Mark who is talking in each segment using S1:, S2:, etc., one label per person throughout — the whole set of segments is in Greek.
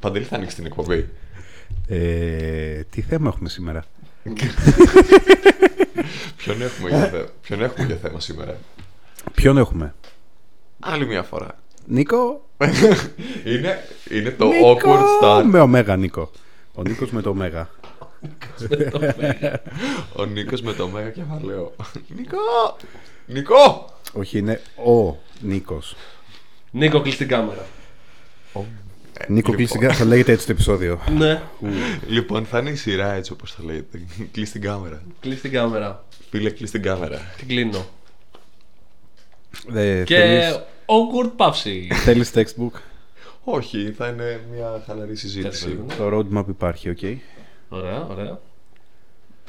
S1: Παντελή θα ανοίξει την εκπομπή.
S2: Ε, τι θέμα έχουμε σήμερα.
S1: Ποιον έχουμε, για θέμα, ποιον έχουμε για θέμα σήμερα.
S2: Ποιον έχουμε.
S1: Άλλη μια φορά.
S2: Νίκο.
S1: είναι, είναι το awkward start.
S2: Με ωμέγα Νίκο. Ο Νίκος με το ωμέγα.
S1: Ο Νίκος με το μέγα κεφαλαίο. Νίκο! Νίκο!
S2: Όχι, είναι ο Νίκος.
S3: Νίκο, κλείσει την κάμερα.
S1: Ε,
S2: Νίκο κλειστικά θα λέγεται έτσι το επεισόδιο.
S3: Ναι,
S1: Λοιπόν, θα είναι η σειρά έτσι όπως το λέτε. Κλείς την κάμερα.
S3: κλείσει την κάμερα.
S1: Φίλε, κλείς την κάμερα.
S3: Την κλείνω.
S2: Ε,
S3: Και
S2: θέλεις-
S3: awkward παύση.
S2: Θέλεις textbook.
S1: Όχι, θα είναι μια χαλαρή συζήτηση.
S3: Τέλος.
S2: Το roadmap υπάρχει, οκ.
S3: Ωραία, ωραία.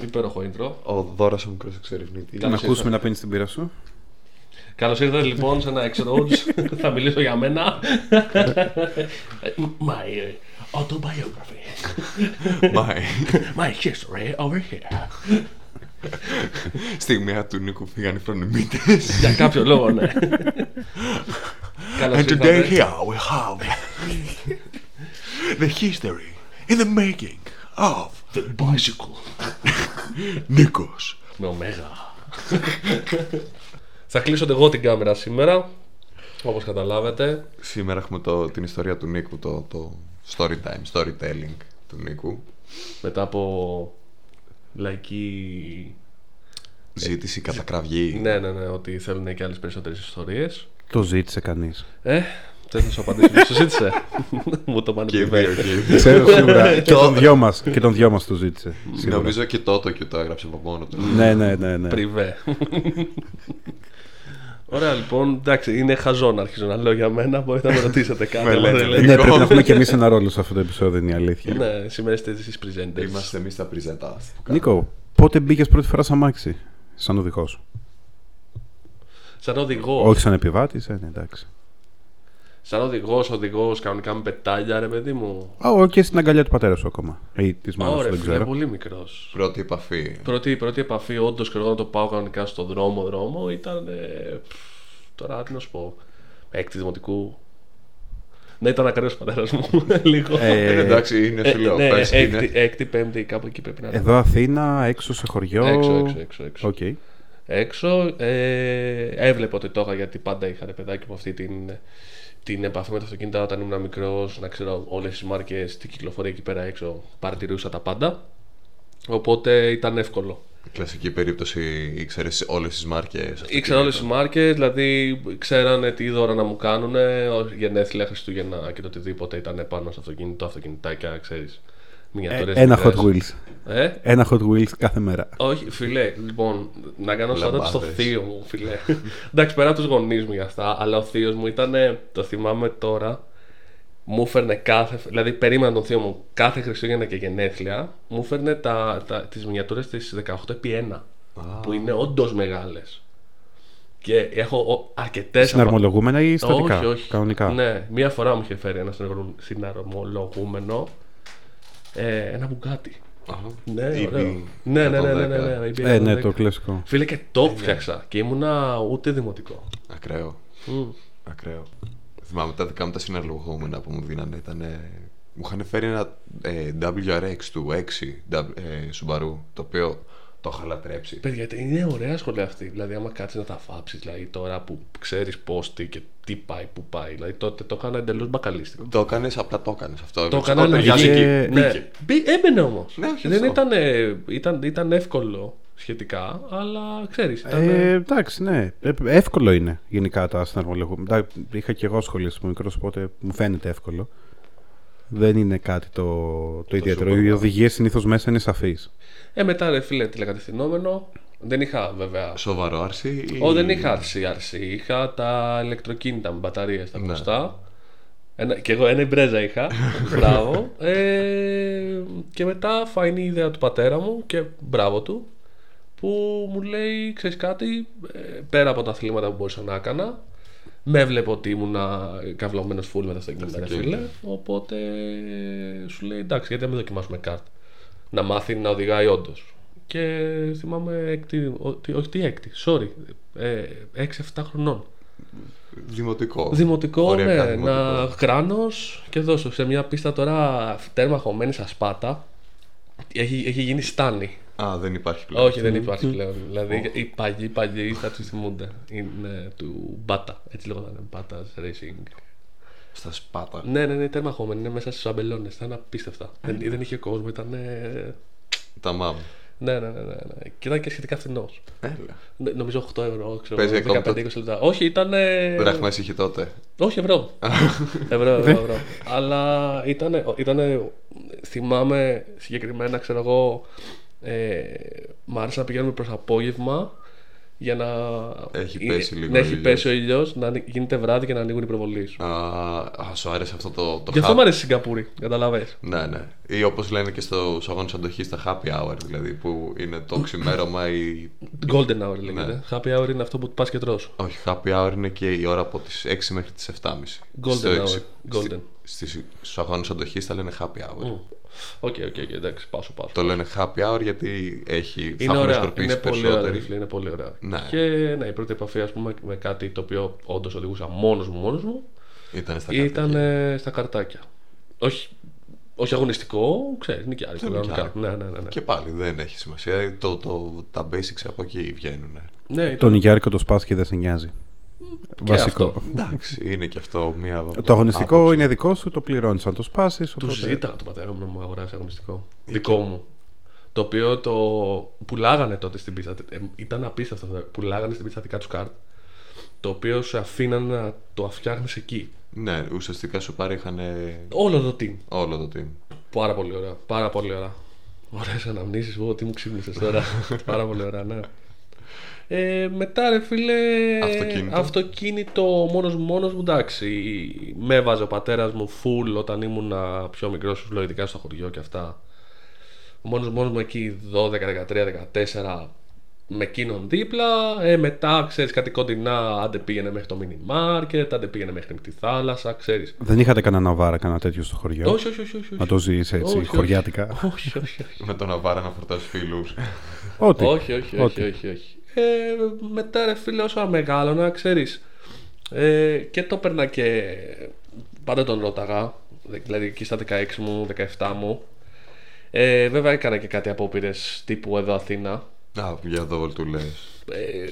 S3: Υπέροχο intro.
S1: Ο Δόρας ο μικρός εξερευνητής.
S2: Να
S3: Καλώς
S2: ακούσουμε να πίνεις την πύρα σου.
S3: Καλώς ήρθατε λοιπόν σε ένα X-Roads. θα μιλήσω για μένα. My ε, autobiography.
S1: Bye.
S3: My history over here.
S1: Στιγμιά του Νίκου φύγαν οι φρονιμίτες.
S3: για κάποιο λόγο, ναι. Καλώς
S1: And today
S3: ήρθατε.
S1: here we have the history in the making of
S3: The bicycle.
S1: Νίκος.
S3: Με ωμέγα. θα κλείσω εγώ την κάμερα σήμερα. Όπως καταλάβετε,
S1: Σήμερα έχουμε το, την ιστορία του Νίκου, το, το story time, storytelling του Νίκου.
S3: μετά από λαϊκή.
S1: Ζήτηση, κατακραυγή.
S3: Ε, Ναι, ναι, ναι, ότι θέλουν και άλλες περισσότερες ιστορίες.
S2: Το ζήτησε κανείς.
S3: Ε, θε να σου απαντήσω, μου σου ζήτησε. μου το πάνε
S1: Και οι δύο,
S3: πριν.
S1: και οι δύο.
S2: Ξέρω σίγουρα. και, τον δυο μας, και τον δυο μας το ζήτησε. σίγουρα.
S1: Νομίζω και το Tokyo το έγραψε από μόνο του.
S2: Ναι, ναι, ναι. ναι.
S3: Πριβέ. Ωραία, λοιπόν, εντάξει, είναι χαζό να αρχίζω να λέω για μένα. Μπορείτε να με ρωτήσετε κάτι.
S1: Με
S3: αλλά
S1: λέτε,
S3: δεν
S1: ναι.
S3: λέει.
S2: Ναι, πρέπει να έχουμε και εμείς ένα ρόλο σε αυτό το επεισόδιο, είναι η αλήθεια.
S3: Ναι, σήμερα είστε εσείς presenters.
S1: Είμαστε εμείς τα presenters.
S2: Νίκο, πότε μπήκες πρώτη φορά σαν αμάξι, σαν οδηγός.
S3: Σαν οδηγός.
S2: Όχι σαν επιβάτης, ε, ναι, εντάξει.
S3: Σαν οδηγός, οδηγός, κανονικά με πετάλια, ρε παιδί μου.
S2: Α, ο, και στην αγκαλιά του πατέρας σου ακόμα. Ή της μάνα σου,
S3: Ωραία,
S2: δεν
S3: φίλε,
S2: ξέρω.
S3: πολύ μικρός.
S1: Πρώτη επαφή.
S3: Πρώτη, πρώτη επαφή, όντως και εγώ να το πάω κανονικά στον δρόμο, δρόμο ήταν. ε, πφ, τώρα τι να σου πω. Έκτη δημοτικού. Ναι, ήταν ακραίος ο πατέρας μου. λίγο.
S2: Ε,
S1: Ε, εντάξει, είναι
S3: Ε,
S1: φιλό.
S3: ναι,
S1: πες,
S3: έκτη,
S1: είναι.
S3: έκτη, πέμπτη, κάπου εκεί πρέπει να είναι.
S2: Εδώ Αθήνα, έξω σε χωριό.
S3: Έξω, έξω, έξω. έξω.
S2: Οκ.
S3: έξω. Ε, έβλεπα ότι το είχα γιατί πάντα είχα ρε παιδάκι μου αυτή την, την επαφή με τα αυτοκίνητα όταν ήμουν μικρός. Να ξέρω όλες τις μάρκες, τι κυκλοφορεί εκεί πέρα έξω. Παρατηρούσα τα πάντα. Οπότε ήταν εύκολο.
S1: Κλασική περίπτωση, ήξερες όλες τις μάρκες.
S3: Ήξερα όλες τις μάρκες, δηλαδή ξέρανε τι δώρα να μου κάνουν, γενέθλια, Χριστούγεννα και το οτιδήποτε ήταν πάνω στο αυτοκίνητο, αυτοκινητάκια, ξέρεις.
S2: Ε, ένα Hot Wheels.
S3: Ε,
S2: Ένα Hot Wheels κάθε μέρα.
S3: Όχι, φιλέ, λοιπόν, να κάνω σάτα
S1: Λαμπάδες.
S3: στο θείο μου, φιλέ. Εντάξει, πέρα από τους γονείς μου για αυτά, αλλά ο θείος μου ήταν, το θυμάμαι τώρα, μου φέρνε κάθε. Δηλαδή, περίμενα τον θείο μου κάθε Χριστούγεννα και γενέθλια, μου φέρνε τα, τα, τις μινιατούρες της 18x1, που είναι όντως μεγάλες. Και έχω αρκετέ.
S2: Συναρμολογούμενα ή στατικά.
S3: Όχι, όχι.
S2: Κανονικά. Ε,
S3: Ναι, μία φορά μου είχε φέρει ένα συναρμολο- συναρμολογούμενο. Ε, ένα μπουγκάτι. Ναι, ωραίο. Ναι, ναι, ναι, ναι, ναι, ναι, ναι,
S2: Ε, ναι,
S3: EB110.
S2: το κλασικό.
S3: Φίλε και το
S1: Ναι.
S3: φτιάξα και ήμουνα ούτε δημοτικό.
S1: Ακραίο.
S3: Μμ.
S1: Ακραίο. Θυμάμαι τα δικά μου τα συναλλογόμενα που μου δίνανε. Ήτανε... Μου είχαν φέρει ένα ε, WRX του 6 δα- ε, Subaru, το οποίο το είχα λατρέψει.
S3: Παιδιά, είναι ωραία σχολεία αυτή. Δηλαδή, άμα κάτσεις να τα φάψει, δηλαδή τώρα που ξέρεις πώς τι και τι πάει, που πάει. Δηλαδή, τότε το έκανα εντελώς μπακαλίστικο.
S1: Το έκανες, απλά το έκανες αυτό.
S3: Το
S1: Έτσι,
S3: έκανα ναι,
S1: όταν
S3: λογική.
S1: βγάζει
S2: Ε,
S1: εκεί, μπήκε.
S3: Ναι. Μπή- Έμπαινε όμως.
S1: Ναι, όχι,
S3: Δεν
S1: αυτό.
S3: ήταν, ε, ήταν, ήταν εύκολο σχετικά, αλλά ξέρεις. Ήταν...
S2: Ε, εντάξει, ναι. Ε, εύκολο είναι γενικά τα συναρμολογούμενα. Τα- Είχα και εγώ σχολείο από μικρός, οπότε μου φαίνεται εύκολο. Δεν είναι κάτι το, το ιδιαίτερο.
S1: super
S2: Οι οδηγίες συνήθως μέσα είναι σαφείς.
S3: ε, μετά ρε φίλε τηλεκατευθυνόμενο. Δεν είχα βέβαια
S1: Σοβαρό άρση. ή-
S3: Ω, δεν είχα RCRC, είχα τα ηλεκτροκίνητα με μπαταρίες τα γνωστά. Ένα, και εγώ ένα μπρέζα είχα. μπράβο. Ε, και μετά φάνηκε η ιδέα του πατέρα μου και μπράβο του που μου λέει: Ξέρεις κάτι, ε, πέρα από τα αθλήματα που μπορούσα να έκανα, με έβλεπε ότι ήμουνα καυλωμένος φουλ με τα αυτοκίνητα, ρε φίλε. Οπότε ε, σου λέει: Εντάξει, γιατί να μην δοκιμάσουμε κάρτα. Να μάθει να οδηγάει όντως. Και θυμάμαι έκτη, ότι, όχι τι έκτη, sorry, ε, 6-7 χρονών.
S1: Δημοτικό.
S3: Δημοτικό,
S1: Οριακά
S3: ναι,
S1: δημοτικό.
S3: να κράνο και δώσω σε μια πίστα τώρα τέρμα χωμένη στα σπάτα. Έχει, έχει γίνει στάνη.
S1: Α, δεν υπάρχει πλέον.
S3: Όχι, δεν υπάρχει πλέον. Δηλαδή οι παγιοί, οι παγιοί θα του θυμούνται. Είναι του Μπάτα. Έτσι λέγονταν Μπάτα Racing.
S1: Στα σπάτα.
S3: Ναι, ναι, ναι, τέρμα χωμένη. Είναι μέσα στου αμπελώνε. Ήταν απίστευτα. Δεν, δεν είχε κόσμο, ήταν. ε,
S1: Τα μάμ.
S3: Ναι, ναι, ναι, ναι, ναι. Και ήταν και σχετικά φθηνός.
S1: Έλα.
S3: Ναι, Νομίζω 8 ευρώ, ξέρω
S1: Παίζει
S3: εγώ,
S1: ακόμα
S3: 15-20 λεπτά. Όχι, ήταν. ε,
S1: Δραχμές είχε τότε.
S3: Όχι, ευρώ. ευρώ, ευρώ, ευρώ. Αλλά ήταν, ήτανε, θυμάμαι συγκεκριμένα, ξέρω εγώ, ε, μ' άρεσε να πηγαίνουμε προς απόγευμα για να. ε,
S1: Έχει πέσει λίγο
S3: Να
S1: ο
S3: έχει
S1: ήλιος.
S3: πέσει ο ήλιος, να ανοι- γίνεται βράδυ και να ανοίγουν οι προβολέ.
S1: Α, α, σου άρεσε αυτό το, το
S3: Γι' αυτό
S1: happy-
S3: μου αρέσει η Σιγκαπούρη, καταλαβέ.
S1: Ναι, ναι. Ή όπως λένε και στους αγώνες αντοχής τα happy hour, δηλαδή που είναι το ξημέρωμα ή...
S3: Golden hour λέγεται.
S1: Ναι.
S3: Happy hour είναι αυτό που πας και τρως.
S1: Όχι, happy hour είναι και η ώρα από τις 6 μέχρι τις 7.30.
S3: Golden
S1: Στο
S3: hour.
S1: εξι-
S3: Golden. Mm.
S1: Στη, στις, στους αγώνες αντοχής τα λένε happy hour.
S3: Οκ, οκ, οκ, εντάξει, πάσω, πάσω.
S1: Το λένε happy hour γιατί έχει, θα
S3: Είναι
S1: έχουν
S3: ωραία.
S1: σκορπίσει
S3: Είναι πολύ ωραία,
S1: περισσότεροι.
S3: ρε φίλε, είναι πολύ ωραία.
S1: Ναι.
S3: Και ναι, η πρώτη επαφή ας πούμε, με κάτι το οποίο όντως οδηγούσα μόνος μου, μόνος μου
S1: Ήταν στα
S3: ήταν
S1: καρτάκια.
S3: ε, στα καρτάκια. Όχι, όχι αγωνιστικό, ξέρεις, νοικιάρι. κανονικά. Ναι, ναι, ναι. ναι.
S1: Και πάλι δεν έχει σημασία. Το, το, τα basics από εκεί βγαίνουν.
S3: ναι ήταν
S2: Τον Ιγιάρικο το σπάς και δεν σε νοιάζει. Βασικό.
S3: αυτό.
S1: Εντάξει, είναι και αυτό μία.
S2: Το αγωνιστικό είναι δικό σου, το πληρώνεις. Αν το σπάσεις.
S3: Τους
S1: ε?
S3: ζήταγα τον πατέρα μου να μου αγοράσει αγωνιστικό. Δικό μου. Το οποίο το πουλάγανε τότε στην πίστα. Ε, ήταν απίστευτο. αυτό. Πουλάγανε στην πίστα δικά τους καρτ. Το οποίο σε αφήναν να το φτιάχνει εκεί.
S1: Ναι, ουσιαστικά σου παρήχαν
S3: Όλο το team.
S1: όλο το team.
S3: Πάρα πολύ ωραία. Πάρα πολύ ωραία. Ωραίες αναμνήσεις, Ω, τι μου ξύπνησες τώρα. Πάρα πολύ ωραία, ναι. Ε, μετά ρε φίλε
S1: Αυτοκίνητο.
S3: αυτοκίνητο μόνος μου μόνος μου εντάξει με έβαζε ο πατέρας μου full όταν ήμουν πιο μικρός σου λέω, ειδικά στο χωριό και αυτά μόνος μου μόνος μου εκεί 12, 13, 14 με εκείνον δίπλα ε, μετά ξέρεις κάτι κοντινά άντε πήγαινε μέχρι το mini market άντε πήγαινε μέχρι τη θάλασσα ξέρεις
S2: Δεν είχατε κανένα βάρα, κανένα τέτοιο στο χωριό.
S3: όχι όχι όχι, όχι,
S2: Να
S3: όχι.
S2: το ζήσει έτσι,
S3: Όχι,
S2: χωριάτικα.
S3: όχι, όχι, όχι.
S1: Με τον Αβάρα να φορτάζει φίλους.
S2: Ό,τι.
S3: Όχι, όχι, όχι,
S2: Ό,τι.
S3: όχι, όχι. Ε, μετά ρε φίλε όσο μεγάλωνα, ξέρεις, ε, και το παίρνα και πάντα τον ρώταγα, δηλαδή εκεί στα 16 μου, 17 μου. Ε, βέβαια έκανα και κάτι απόπειρες τύπου εδώ Αθήνα,
S1: Α, για εδώ βολτούλε.
S3: ε,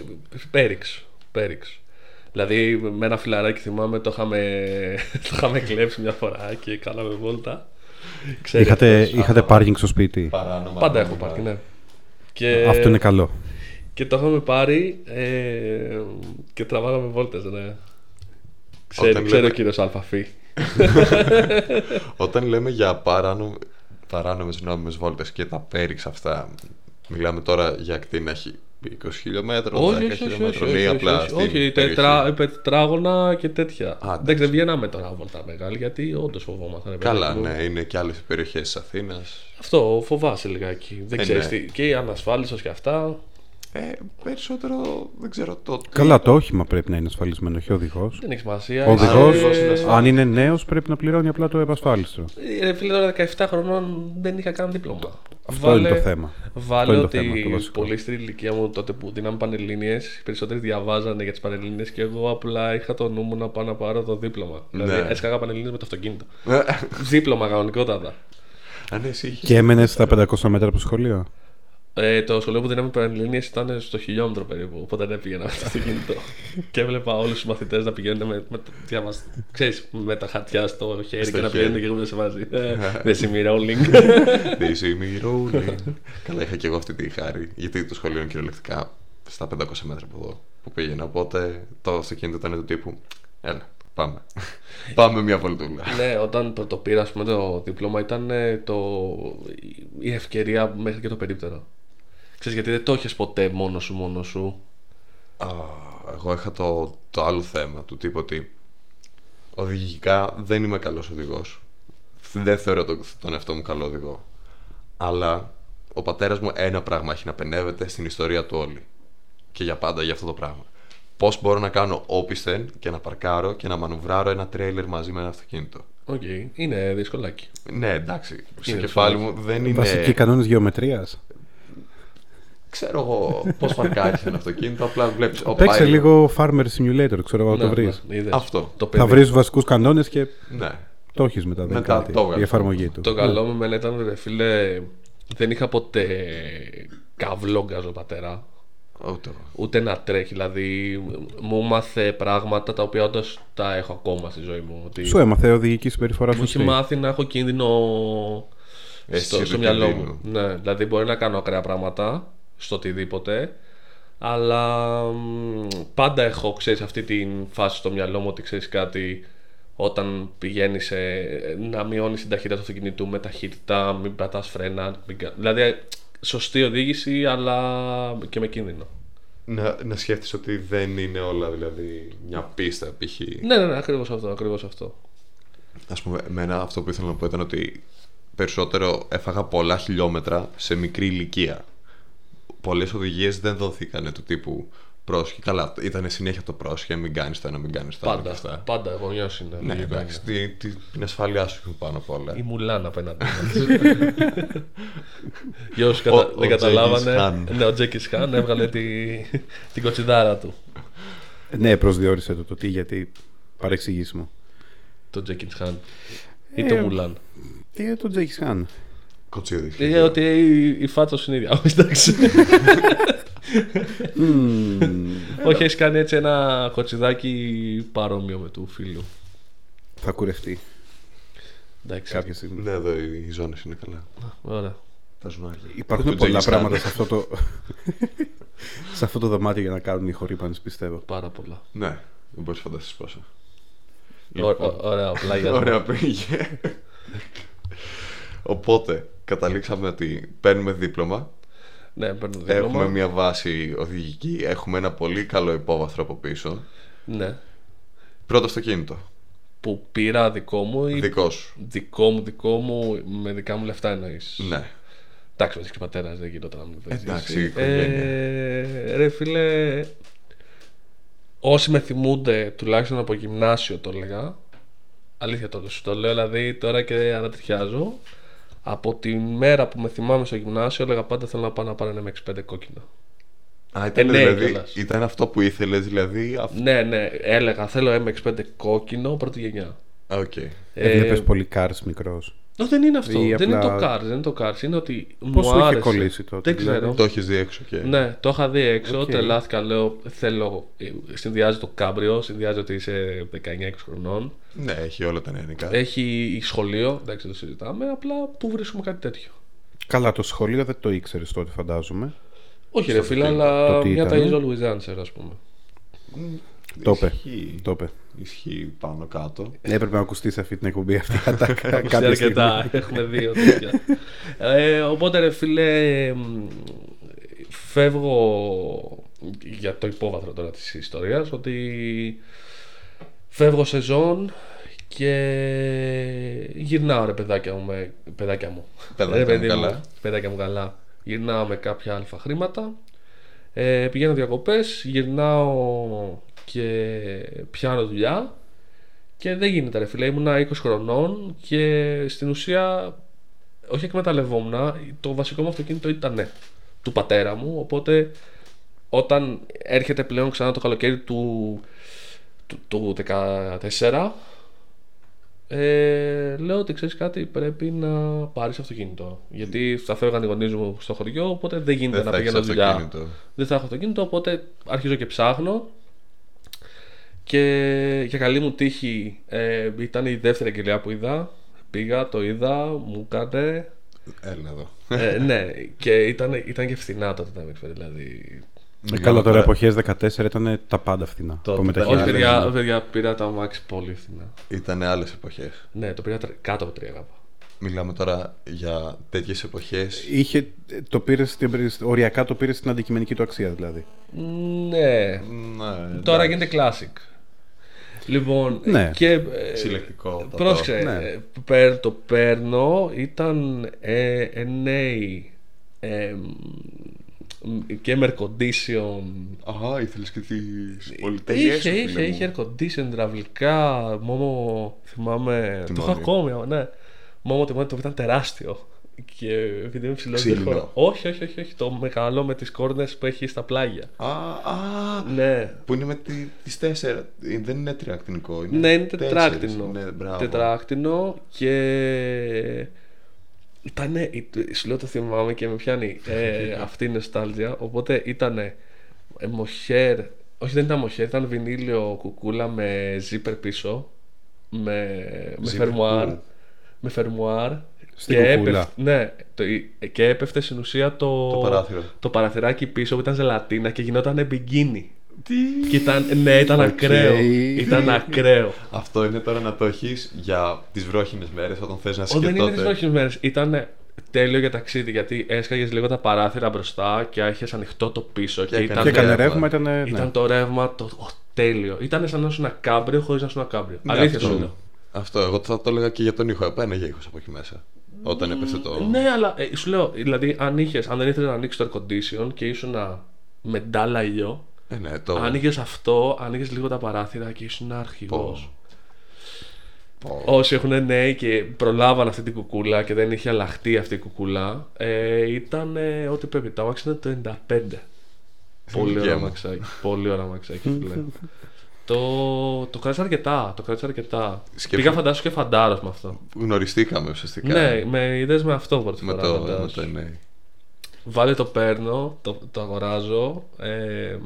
S3: πέριξ, πέριξ. Δηλαδή με ένα φιλαράκι θυμάμαι το είχαμε, το είχαμε κλέψει μια φορά και κάναμε βόλτα. Ξέρεις,
S2: Είχατε,
S3: αυτός-
S2: είχατε πάρκινγκ στο σπίτι.
S1: Παράνομα.
S3: Πάντα έχω πάρει, ναι. Και...
S2: Αυτό είναι καλό.
S3: Και το είχαμε πάρει ε, και τραβάγαμε βόλτες, ναι. Ξέρει,
S1: Όταν
S3: ξέρει
S1: λέμε-
S3: ο κύριος Αλφαφή.
S1: Όταν λέμε για παράνο... παράνομες νόμιμες βόλτες και τα πέριξ αυτά, μιλάμε τώρα για ακτίνα χι- 20 χιλιόμετρων, 10 χιλιόμετρων ή απλά. στην
S3: όχι,
S1: περιοχή.
S3: τετρά- ε, τετράγωνα και τέτοια.
S1: εντάξει.
S3: Εντάξει, δεν βγαίναμε τώρα βόλτα μεγάλη, γιατί όντως φοβόμαστε. ρε παιδί
S1: Καλά,
S3: μου.
S1: ναι, είναι και άλλες περιοχές της Αθήνας.
S3: Αυτό φοβάσαι λιγάκι. Δεν
S1: Ε,
S3: ξέρεις
S1: ναι.
S3: τι. Και η ανασφάλιστος και αυτά.
S1: Ε, περισσότερο δεν ξέρω το.
S2: Καλά, το όχημα πρέπει να είναι ασφαλισμένο, όχι ο οδηγός.
S3: Δεν έχει σημασία.
S2: Ο οδηγό,
S1: οδηγός είναι ασφαλής.
S2: αν είναι νέος, πρέπει να πληρώνει απλά το επασφάλιστο.
S3: Ε, Ρε φίλε, τώρα 17 χρονών δεν είχα καν δίπλωμα.
S2: Αυτό είναι το θέμα. Αυτό
S3: Βάλε
S2: είναι το
S3: ότι
S2: θέμα, το βασικό.
S3: πολύ στην ηλικία μου τότε που δίναμε πανελλήνιες, οι περισσότεροι διαβάζανε για τις πανελλήνιες και εγώ απλά είχα το νου μου να πάω να πάρω το δίπλωμα.
S2: Ναι.
S3: Δηλαδή έσκαγα πανελλήνιες με το αυτοκίνητο. δίπλωμα κανονικότατα.
S1: Αν εσύ είχες-
S2: Και έμενες στα 500 μέτρα από το σχολείο.
S3: Ε, το σχολείο που δίναμε πανελλήνιες ήταν στο χιλιόμετρο περίπου, οπότε δεν πήγαινα με το αυτοκίνητο. και έβλεπα όλους τους μαθητές να πηγαίνουν με, με, το- διαβασ- ξέρεις, με τα χαρτιά στο χέρι
S1: Στο
S3: και να
S1: χέρι.
S3: πηγαίνουν και εγώ δεν σε βάζει. Ε, Δεν rolling.
S1: Daisy me rolling. Καλά, είχα και εγώ αυτή τη χάρη. Γιατί το σχολείο είναι κυριολεκτικά στα 500 μέτρα από εδώ που πήγαινα. Οπότε το αυτοκίνητο ήταν του τύπου. Έλα, πάμε. πάμε μια βολτούλα.
S3: Ναι, όταν το, το πήρα ας πούμε, το δίπλωμα ήταν ε, το, η ευκαιρία μέχρι και το περίπτερο. Ξέρεις γιατί δεν το έχεις ποτέ μόνος σου, μόνος σου.
S1: Α, εγώ είχα το, το άλλο θέμα του τύπου ότι οδηγικά δεν είμαι καλός οδηγός. Δεν θεωρώ τον, τον εαυτό μου καλό οδηγό. Αλλά ο πατέρας μου ένα πράγμα έχει να πενεύεται στην ιστορία του όλη. Και για πάντα για αυτό το πράγμα. Πώς μπορώ να κάνω όπισθεν και να παρκάρω και να μανουβράρω ένα τρέιλερ μαζί με ένα αυτοκίνητο.
S3: Οκ, είναι δυσκολάκι.
S1: Ναι, εντάξει. Στο
S3: Είναι
S2: Ε,
S1: κεφάλι μου δεν είναι.
S2: Βασικοί κανόνες γεωμετρίας.
S1: ξέρω εγώ πώς φαρκάρει ένα αυτοκίνητο. Απλά βλέπεις.
S2: Παίξε λίγο Farmer Simulator, ξέρω εγώ, να το
S3: Ναι,
S2: βρεις.
S3: ναι, είδες.
S1: Αυτό.
S3: Το παιδί.
S2: Θα βρεις βασικούς κανόνες και
S1: Ναι.
S2: το έχεις μετά. δεν
S1: Μετά
S2: κάτι,
S1: το βγάλεις.
S2: η εφαρμογή του.
S3: Το καλό μου εμένα ήταν, ρε φίλε, δεν είχα ποτέ καυλόγκαζο πατέρα.
S1: Ούτε εγώ.
S3: Ούτε να τρέχει. Δηλαδή, μου μάθε πράγματα τα οποία όντως τα έχω ακόμα στη ζωή μου. Ότι
S2: Σου έμαθε οδηγική συμπεριφορά
S3: μου έχει
S2: σωστή.
S3: μάθει να έχω κίνδυνο
S1: Εσύ
S3: στο,
S1: του
S3: στο μυαλό μου.
S1: κινδύνου.
S3: Ναι, δηλαδή, μπορεί να κάνω ακραία πράγματα στο οτιδήποτε. Αλλά μ, πάντα έχω, ξέρεις, αυτή την φάση στο μυαλό μου ότι ξέρεις κάτι όταν πηγαίνει να μειώνεις την ταχύτητα του αυτοκινητού με ταχύτητα, μην πατάς φρένα. Μην... κα- Δηλαδή, σωστή οδήγηση, αλλά και με κίνδυνο.
S1: Να, να σκέφτεσαι ότι δεν είναι όλα δηλαδή μια πίστα π.χ.
S3: Ναι, ναι, ναι ακριβώς αυτό, ακριβώς αυτό.
S1: Ας πούμε, εμένα αυτό που ήθελα να πω ήταν ότι περισσότερο έφαγα πολλά χιλιόμετρα σε μικρή ηλικία. Πολλές οδηγίες δεν δοθήκανε του τύπου πρόσχε. Καλά, ήταν συνέχεια το πρόσχε, μην κάνεις το ένα, μην κάνεις το άλλο και
S3: Πάντα,
S1: αυτά.
S3: πάντα γονιός είναι.
S1: Ναι,
S3: λογικό
S1: εντάξει, τη- τη- την ασφαλειά σου πάνω απ' όλα.
S3: είναι. Η Μουλάνα απέναντι μας. Για όσους κατα-
S1: Ο- ο
S3: δεν καταλάβανε,
S1: Τζέκις Χάν.
S3: ναι, ο Τζέκις Χάν έβγαλε τη, την κοτσιδάρα του.
S2: Ναι, προσδιορίσε το, το τι, γιατί παρεξηγήσιμο.
S3: Το Τζέκις Χάν. Ή το Μουλάν.
S2: Τι ε, τον Τζέκι Χάν.
S1: Κοτσίδι.
S3: Είναι ότι η- η φάτσα σου είναι ίδια. Όχι, εντάξει. Όχι, έχεις κάνει έτσι ένα κοτσιδάκι παρόμοιο με του φίλου.
S2: Θα κουρευτεί
S3: Εντάξει.
S2: κάποια στιγμή.
S1: Ναι, εδώ οι οι ζώνες είναι καλά.
S3: Ωραία.
S1: Τα ζουνάρια.
S2: Υπάρχουν
S1: Τον
S2: πολλά
S1: Τζέκι
S2: πράγματα
S1: Χάν.
S2: σε αυτό, το... σε αυτό το δωμάτιο για να κάνουν οι χορύπανες, πιστεύω.
S3: Πάρα πολλά.
S1: Ναι, δεν μπορείς να φανταστείς πόσα.
S3: Ω- ω- Ωραία, πλάγια.
S1: Λοιπόν. Ωραία πήγε. Οπότε, καταλήξαμε ότι παίρνουμε δίπλωμα,
S3: Ναι, παίρνω δίπλωμα.
S1: έχουμε μια βάση οδηγική, έχουμε ένα πολύ καλό υπόβαθρο από πίσω.
S3: Ναι.
S1: Πρώτο αυτοκίνητο,
S3: που πήρα δικό μου ή
S1: δικός σου.
S3: δικό μου, δικό μου, με δικά μου λεφτά εννοείς.
S1: Ναι.
S3: Εντάξει, με και πατέρας δεν γινόταν να μην το
S1: Εντάξει, η οικογένεια.
S3: ε, Ρε φίλε, όσοι με θυμούνται, τουλάχιστον από γυμνάσιο το έλεγα, αλήθεια το, σου το λέω, δηλαδή τώρα και ανατριχιάζω, από τη μέρα που με θυμάμαι στο γυμνάσιο έλεγα πάντα θέλω να πάω να πάρω ένα MX5 κόκκινο.
S1: Α, ήταν,
S3: Ε, ναι,
S1: δηλαδή,
S3: κιόλας.
S1: ήταν αυτό που ήθελες, δηλαδή. αυ-
S3: Ναι, ναι, έλεγα θέλω MX5 κόκκινο πρώτη γενιά.
S1: Α, Οκ.
S2: Ε... Έβλεπες πολύ cars μικρός.
S3: No, δεν είναι αυτό.
S2: Ή
S3: Δεν είναι το
S2: απλά-
S3: cars, δεν είναι το cars. Είναι ότι
S2: Πώς
S3: μου
S2: σου είχε
S3: άρεσε.
S2: κολλήσει τότε, δηλαδή.
S3: Δεν ξέρω.
S1: Το έχεις δει έξω και.
S3: Ναι, το είχα δει έξω,
S2: Οκ.
S3: τρελάθηκα, λέω, θέλω, ε, συνδυάζει το κάμπριο, συνδυάζει ότι είσαι 19-20 χρονών,
S1: Ναι, έχει όλα τα νεανικά.
S3: Ε, έχει σχολείο, εντάξει δεν το συζητάμε, απλά πού βρίσκουμε κάτι τέτοιο.
S2: Καλά, το σχολείο δεν το ήξερες τότε, φαντάζομαι.
S3: Όχι ρε φίλε,
S2: το
S3: αλλά
S2: τι
S3: μια τα
S2: ήταν,
S3: is always answer ας πούμε.
S2: Το είπε.
S1: Ισχύει.
S2: Το είπε. Ναι,
S1: Ισχύει πάνω κάτω.
S2: Έπρεπε να ακουστεί σε αυτή την εκπομπή αυτή η ατάκα. κάποια
S3: Ξέρει
S2: στιγμή.
S3: αρκετά, έχουμε δύο τέτοια. ε, οπότε ρε φίλε, μ, φεύγω για το υπόβαθρο τώρα της ιστορίας, ότι φεύγω σεζόν και γυρνάω ρε παιδάκια μου. Με, παιδάκια μου.
S1: Παιδάκια
S3: Ρε,
S1: μου
S3: παιδί
S1: καλά.
S3: παιδάκια μου καλά. Γυρνάω με κάποια αλφα χρήματα. Ε, πηγαίνω διακοπές, γυρνάω και πιάνω δουλειά. Και δεν γίνεται ρε φίλε, ήμουνα 20 χρονών και στην ουσία όχι εκμεταλλευόμουν, το βασικό μου αυτοκίνητο ήταν του πατέρα μου, οπότε όταν έρχεται πλέον ξανά το καλοκαίρι του, του, του 14 ε, λέω ότι ξέρεις κάτι πρέπει να πάρεις αυτοκίνητο γιατί θα φεύγαν οι γονείς μου στο χωριό οπότε δεν γίνεται
S1: Δεν
S3: να
S1: θα έχεις
S3: πηγαίνω δουλειά
S1: αυτοκίνητο.
S3: δεν θα έχω αυτοκίνητο οπότε αρχίζω και ψάχνω και για καλή μου τύχη ε, ήταν η δεύτερη αγγελία που είδα πήγα, το είδα, μου έκανε
S1: Έλα εδώ.
S3: ε, ναι, και ήταν, ήταν και φθηνά τότε τα MX5, δηλαδή.
S2: Ε, Καλά, τώρα εποχέ 14 ήταν τα πάντα φθηνά.
S1: Το-
S2: Το
S3: Όχι,
S2: μεταχειρισμό.
S3: παιδιά, παιδιά, πήρα τα αμάξι πολύ φθηνά.
S1: Ήταν άλλες εποχές.
S3: Ναι, το πήρα τρε- κάτω από 3 γάπα.
S1: Μιλάμε τώρα για τέτοιες εποχές.
S2: Είχε, ε, το πήρες στην, οριακά το πήρε στην αντικειμενική του αξία δηλαδή.
S3: Ναι,
S1: Ναι,
S3: τώρα
S1: εντάξει.
S3: γίνεται classic. Λοιπόν,
S2: Ναι.
S3: και. ε,
S1: Συλλεκτικό. θα το-
S3: Πρόσεξε,
S2: Ναι.
S3: ε, παίρ- το παίρνω, ήταν ε, NA ε, μ, και air condition
S1: Α, ήθελες και τις πολυτέλειες
S3: Είχε,
S1: σου, φίλε
S3: Ε, είχε,
S1: μου.
S3: είχε air condition, υδραυλικά, μόμο, θυμάμαι, το
S1: Τιμόνι.
S3: είχα ακόμη, ναι. Μόμο τιμόνι το οποίο ήταν τεράστιο. Και επειδή είμαι ψηλός, δεν
S1: Ξύλινο.
S3: χωρά. Όχι, όχι, όχι, όχι. Το μεγάλο με τις κόρνες που έχει στα πλάγια.
S1: Α, α,
S3: Ναι.
S1: που είναι με τι τις τέσσερα. Ε, Δεν είναι τριακτινικό. Είναι
S3: Ναι, είναι
S1: τέσσερις.
S3: τετράκτηνο.
S1: Ναι, μπράβο.
S3: τετράκτηνο και. Ήταν. Σου λέω το θυμάμαι και με πιάνει ε, αυτή η νοστάλγια. Οπότε ήταν μοχέρ. Όχι, δεν ήταν μοχέρ, ήταν βινίλιο κουκούλα με ζίπερ πίσω. Με, με
S1: Zipper,
S3: φερμουάρ.
S1: ου.
S3: Με φερμουάρ.
S2: Στην
S3: και
S2: κουκούλα.
S3: έπεφ- ναι, το, και έπεφτε στην ουσία το,
S1: Το παράθυρο.
S3: το παραθυράκι πίσω που ήταν ζελατίνα και γινόταν μπιγκίνι.
S1: Τι?
S3: Και ήταν, ναι, ήταν ακραίο. Ήταν ακραίο.
S1: Αυτό είναι τώρα να το έχεις για τις βρόχινες μέρες όταν θες να
S3: Ω, δεν είναι τι
S1: σκεφτεί.
S3: βροχέ μέρες. Ήταν τέλειο για ταξίδι γιατί έσκαγες λίγο τα παράθυρα μπροστά και είχε ανοιχτό το πίσω. Και,
S1: έκανε-
S3: ήταν,
S2: Και έκανε
S1: ναι,
S2: ρεύμα, ήταν. ε,
S3: ήταν
S2: Ναι.
S3: το ρεύμα το ο, τέλειο. Ήταν σαν να ήσουν ένα κάμπριο χωρίς να ήσουν ένα κάμπριο.
S2: Ναι,
S3: Αλήθεια σου λέω.
S1: Ναι, Αυτό. Εγώ θα το έλεγα και για τον ήχο. Επένα για ήχος από εκεί μέσα. Όταν έπεσε το.
S3: Ναι, αλλά ε, σου λέω, δηλαδή αν, είχες, αν δεν ήθελες να ανοίξεις το air condition και ήσουν με ντάλα ήλιο,
S1: Ε, ναι, το.
S3: άνοιγες αυτό, άνοιγες λίγο τα παράθυρα και ήσουν αρχηγός.
S1: Πω. Πω.
S3: Όσοι έχουν νέοι και προλάβαν αυτή την κουκούλα και δεν είχε αλλάχτη αυτή η κουκούλα, ε, ήταν ε, ό,τι πρέπει. Το αμάξι ήταν το 95. Πολύ
S1: Γεια
S3: ωραίο
S1: μου.
S3: αμαξάκι. Πολύ ωραίο αμαξάκι, φίλε. το, το κράτησα αρκετά. Το κράτησα αρκετά.
S1: Σκέψου-
S3: Πήγα φαντάσου και φαντάρος με αυτό.
S1: Γνωριστήκαμε ουσιαστικά.
S3: Ναι, με είδες με αυτό πρώτη
S1: Με
S3: φορά.
S1: το,
S3: φαντάσου.
S1: με το ναι.
S3: Βάλε το παίρνω, το, το αγοράζω ε,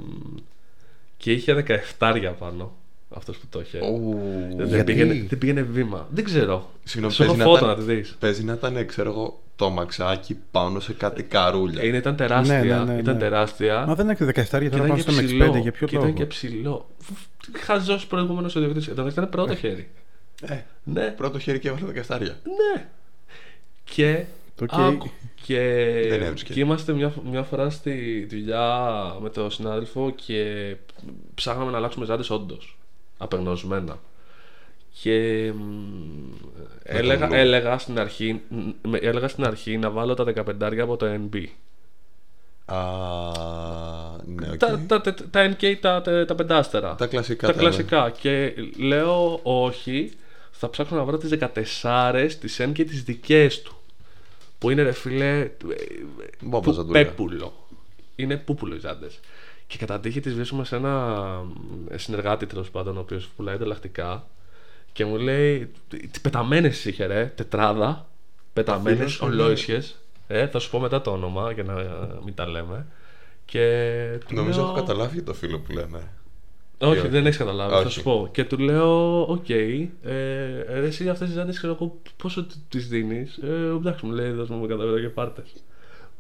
S3: και είχε 17 πάνω αυτός που το είχε.
S1: Ου.
S3: Δεν,
S2: Γιατί?
S3: πήγαινε, δεν πήγαινε βήμα. Δεν ξέρω.
S1: Συγγνώμη,
S3: Σου έχω
S1: παίζει να,
S3: φώτα να τη
S1: ήταν,
S3: δεις.
S1: παίζει να ήταν, ξέρω εγώ, το αμαξάκι πάνω σε κάτι καρούλια.
S3: Ε, Είναι, ήταν τεράστια.
S2: Ναι, ναι, ναι,
S3: ήταν
S2: ναι.
S3: τεράστια.
S2: Μα δεν έχει 17 γιατί
S3: και
S2: να
S3: ήταν
S2: πάω
S3: και
S2: στο
S3: ψηλό.
S2: 65 για ποιο
S3: και
S2: λόγο.
S3: ήταν και ψηλό. Χαζός προηγούμενος ιδιοκτήτης. Εδώ ήταν πρώτο χέρι.
S1: Ε,
S3: Ναι,
S1: πρώτο χέρι και έβαλε τα καστάρια.
S3: ναι. Και.
S2: Το οκ.
S3: άκου, και,
S1: Δεν έβρισκε.
S3: και είμαστε μια, μια φορά στη δουλειά με τον συνάδελφο και ψάχναμε να αλλάξουμε ζάντες όντως. Απεγνωσμένα. Και μ, έλεγα,
S1: τον νου.
S3: έλεγα, στην αρχή, μ, με- έλεγα στην αρχή να βάλω τα 15 από το NB.
S1: Α, ναι, οκ.
S3: τα, τα, τα, τα NK, τα, τα, τα πεντάστερα.
S1: Τα κλασικά,
S3: Τα
S1: τα
S3: κλασικά. Και λέω όχι, θα ψάξω να βρω τις 14 τις N και τις δικές του. Που είναι ρε φίλε. ε,
S1: Μπόμπα
S3: που-
S1: ζαντούλια.
S3: Πέπουλο. Είναι πούπουλο οι ζάντες. Και κατά τύχη τις βρίσκουμε σε ένα ε, συνεργάτη τέλος πάντων, ο οποίος πουλάει ανταλλακτικά. Και μου λέει, τι πεταμένες είχε ρε, τετράδα. Πεταμένες,
S1: φίλος είναι-
S3: ολόισιε. Ε, θα σου πω μετά το όνομα για να μην τα λέμε. Και του
S1: Νομίζω
S3: λέω-
S1: έχω καταλάβει το φίλο που λέμε.
S3: όχι,
S1: όχι.
S3: δεν έχεις καταλάβει,
S1: Όχι.
S3: θα σου πω. Και του λέω, οκ, ε, ε, ρε, εσύ αυτές τις ζάντες ξέρω εγώ πόσο τις δίνεις. Ε, εντάξει, μου λέει, δώσ' μου 100 ευρώ και πάρτες.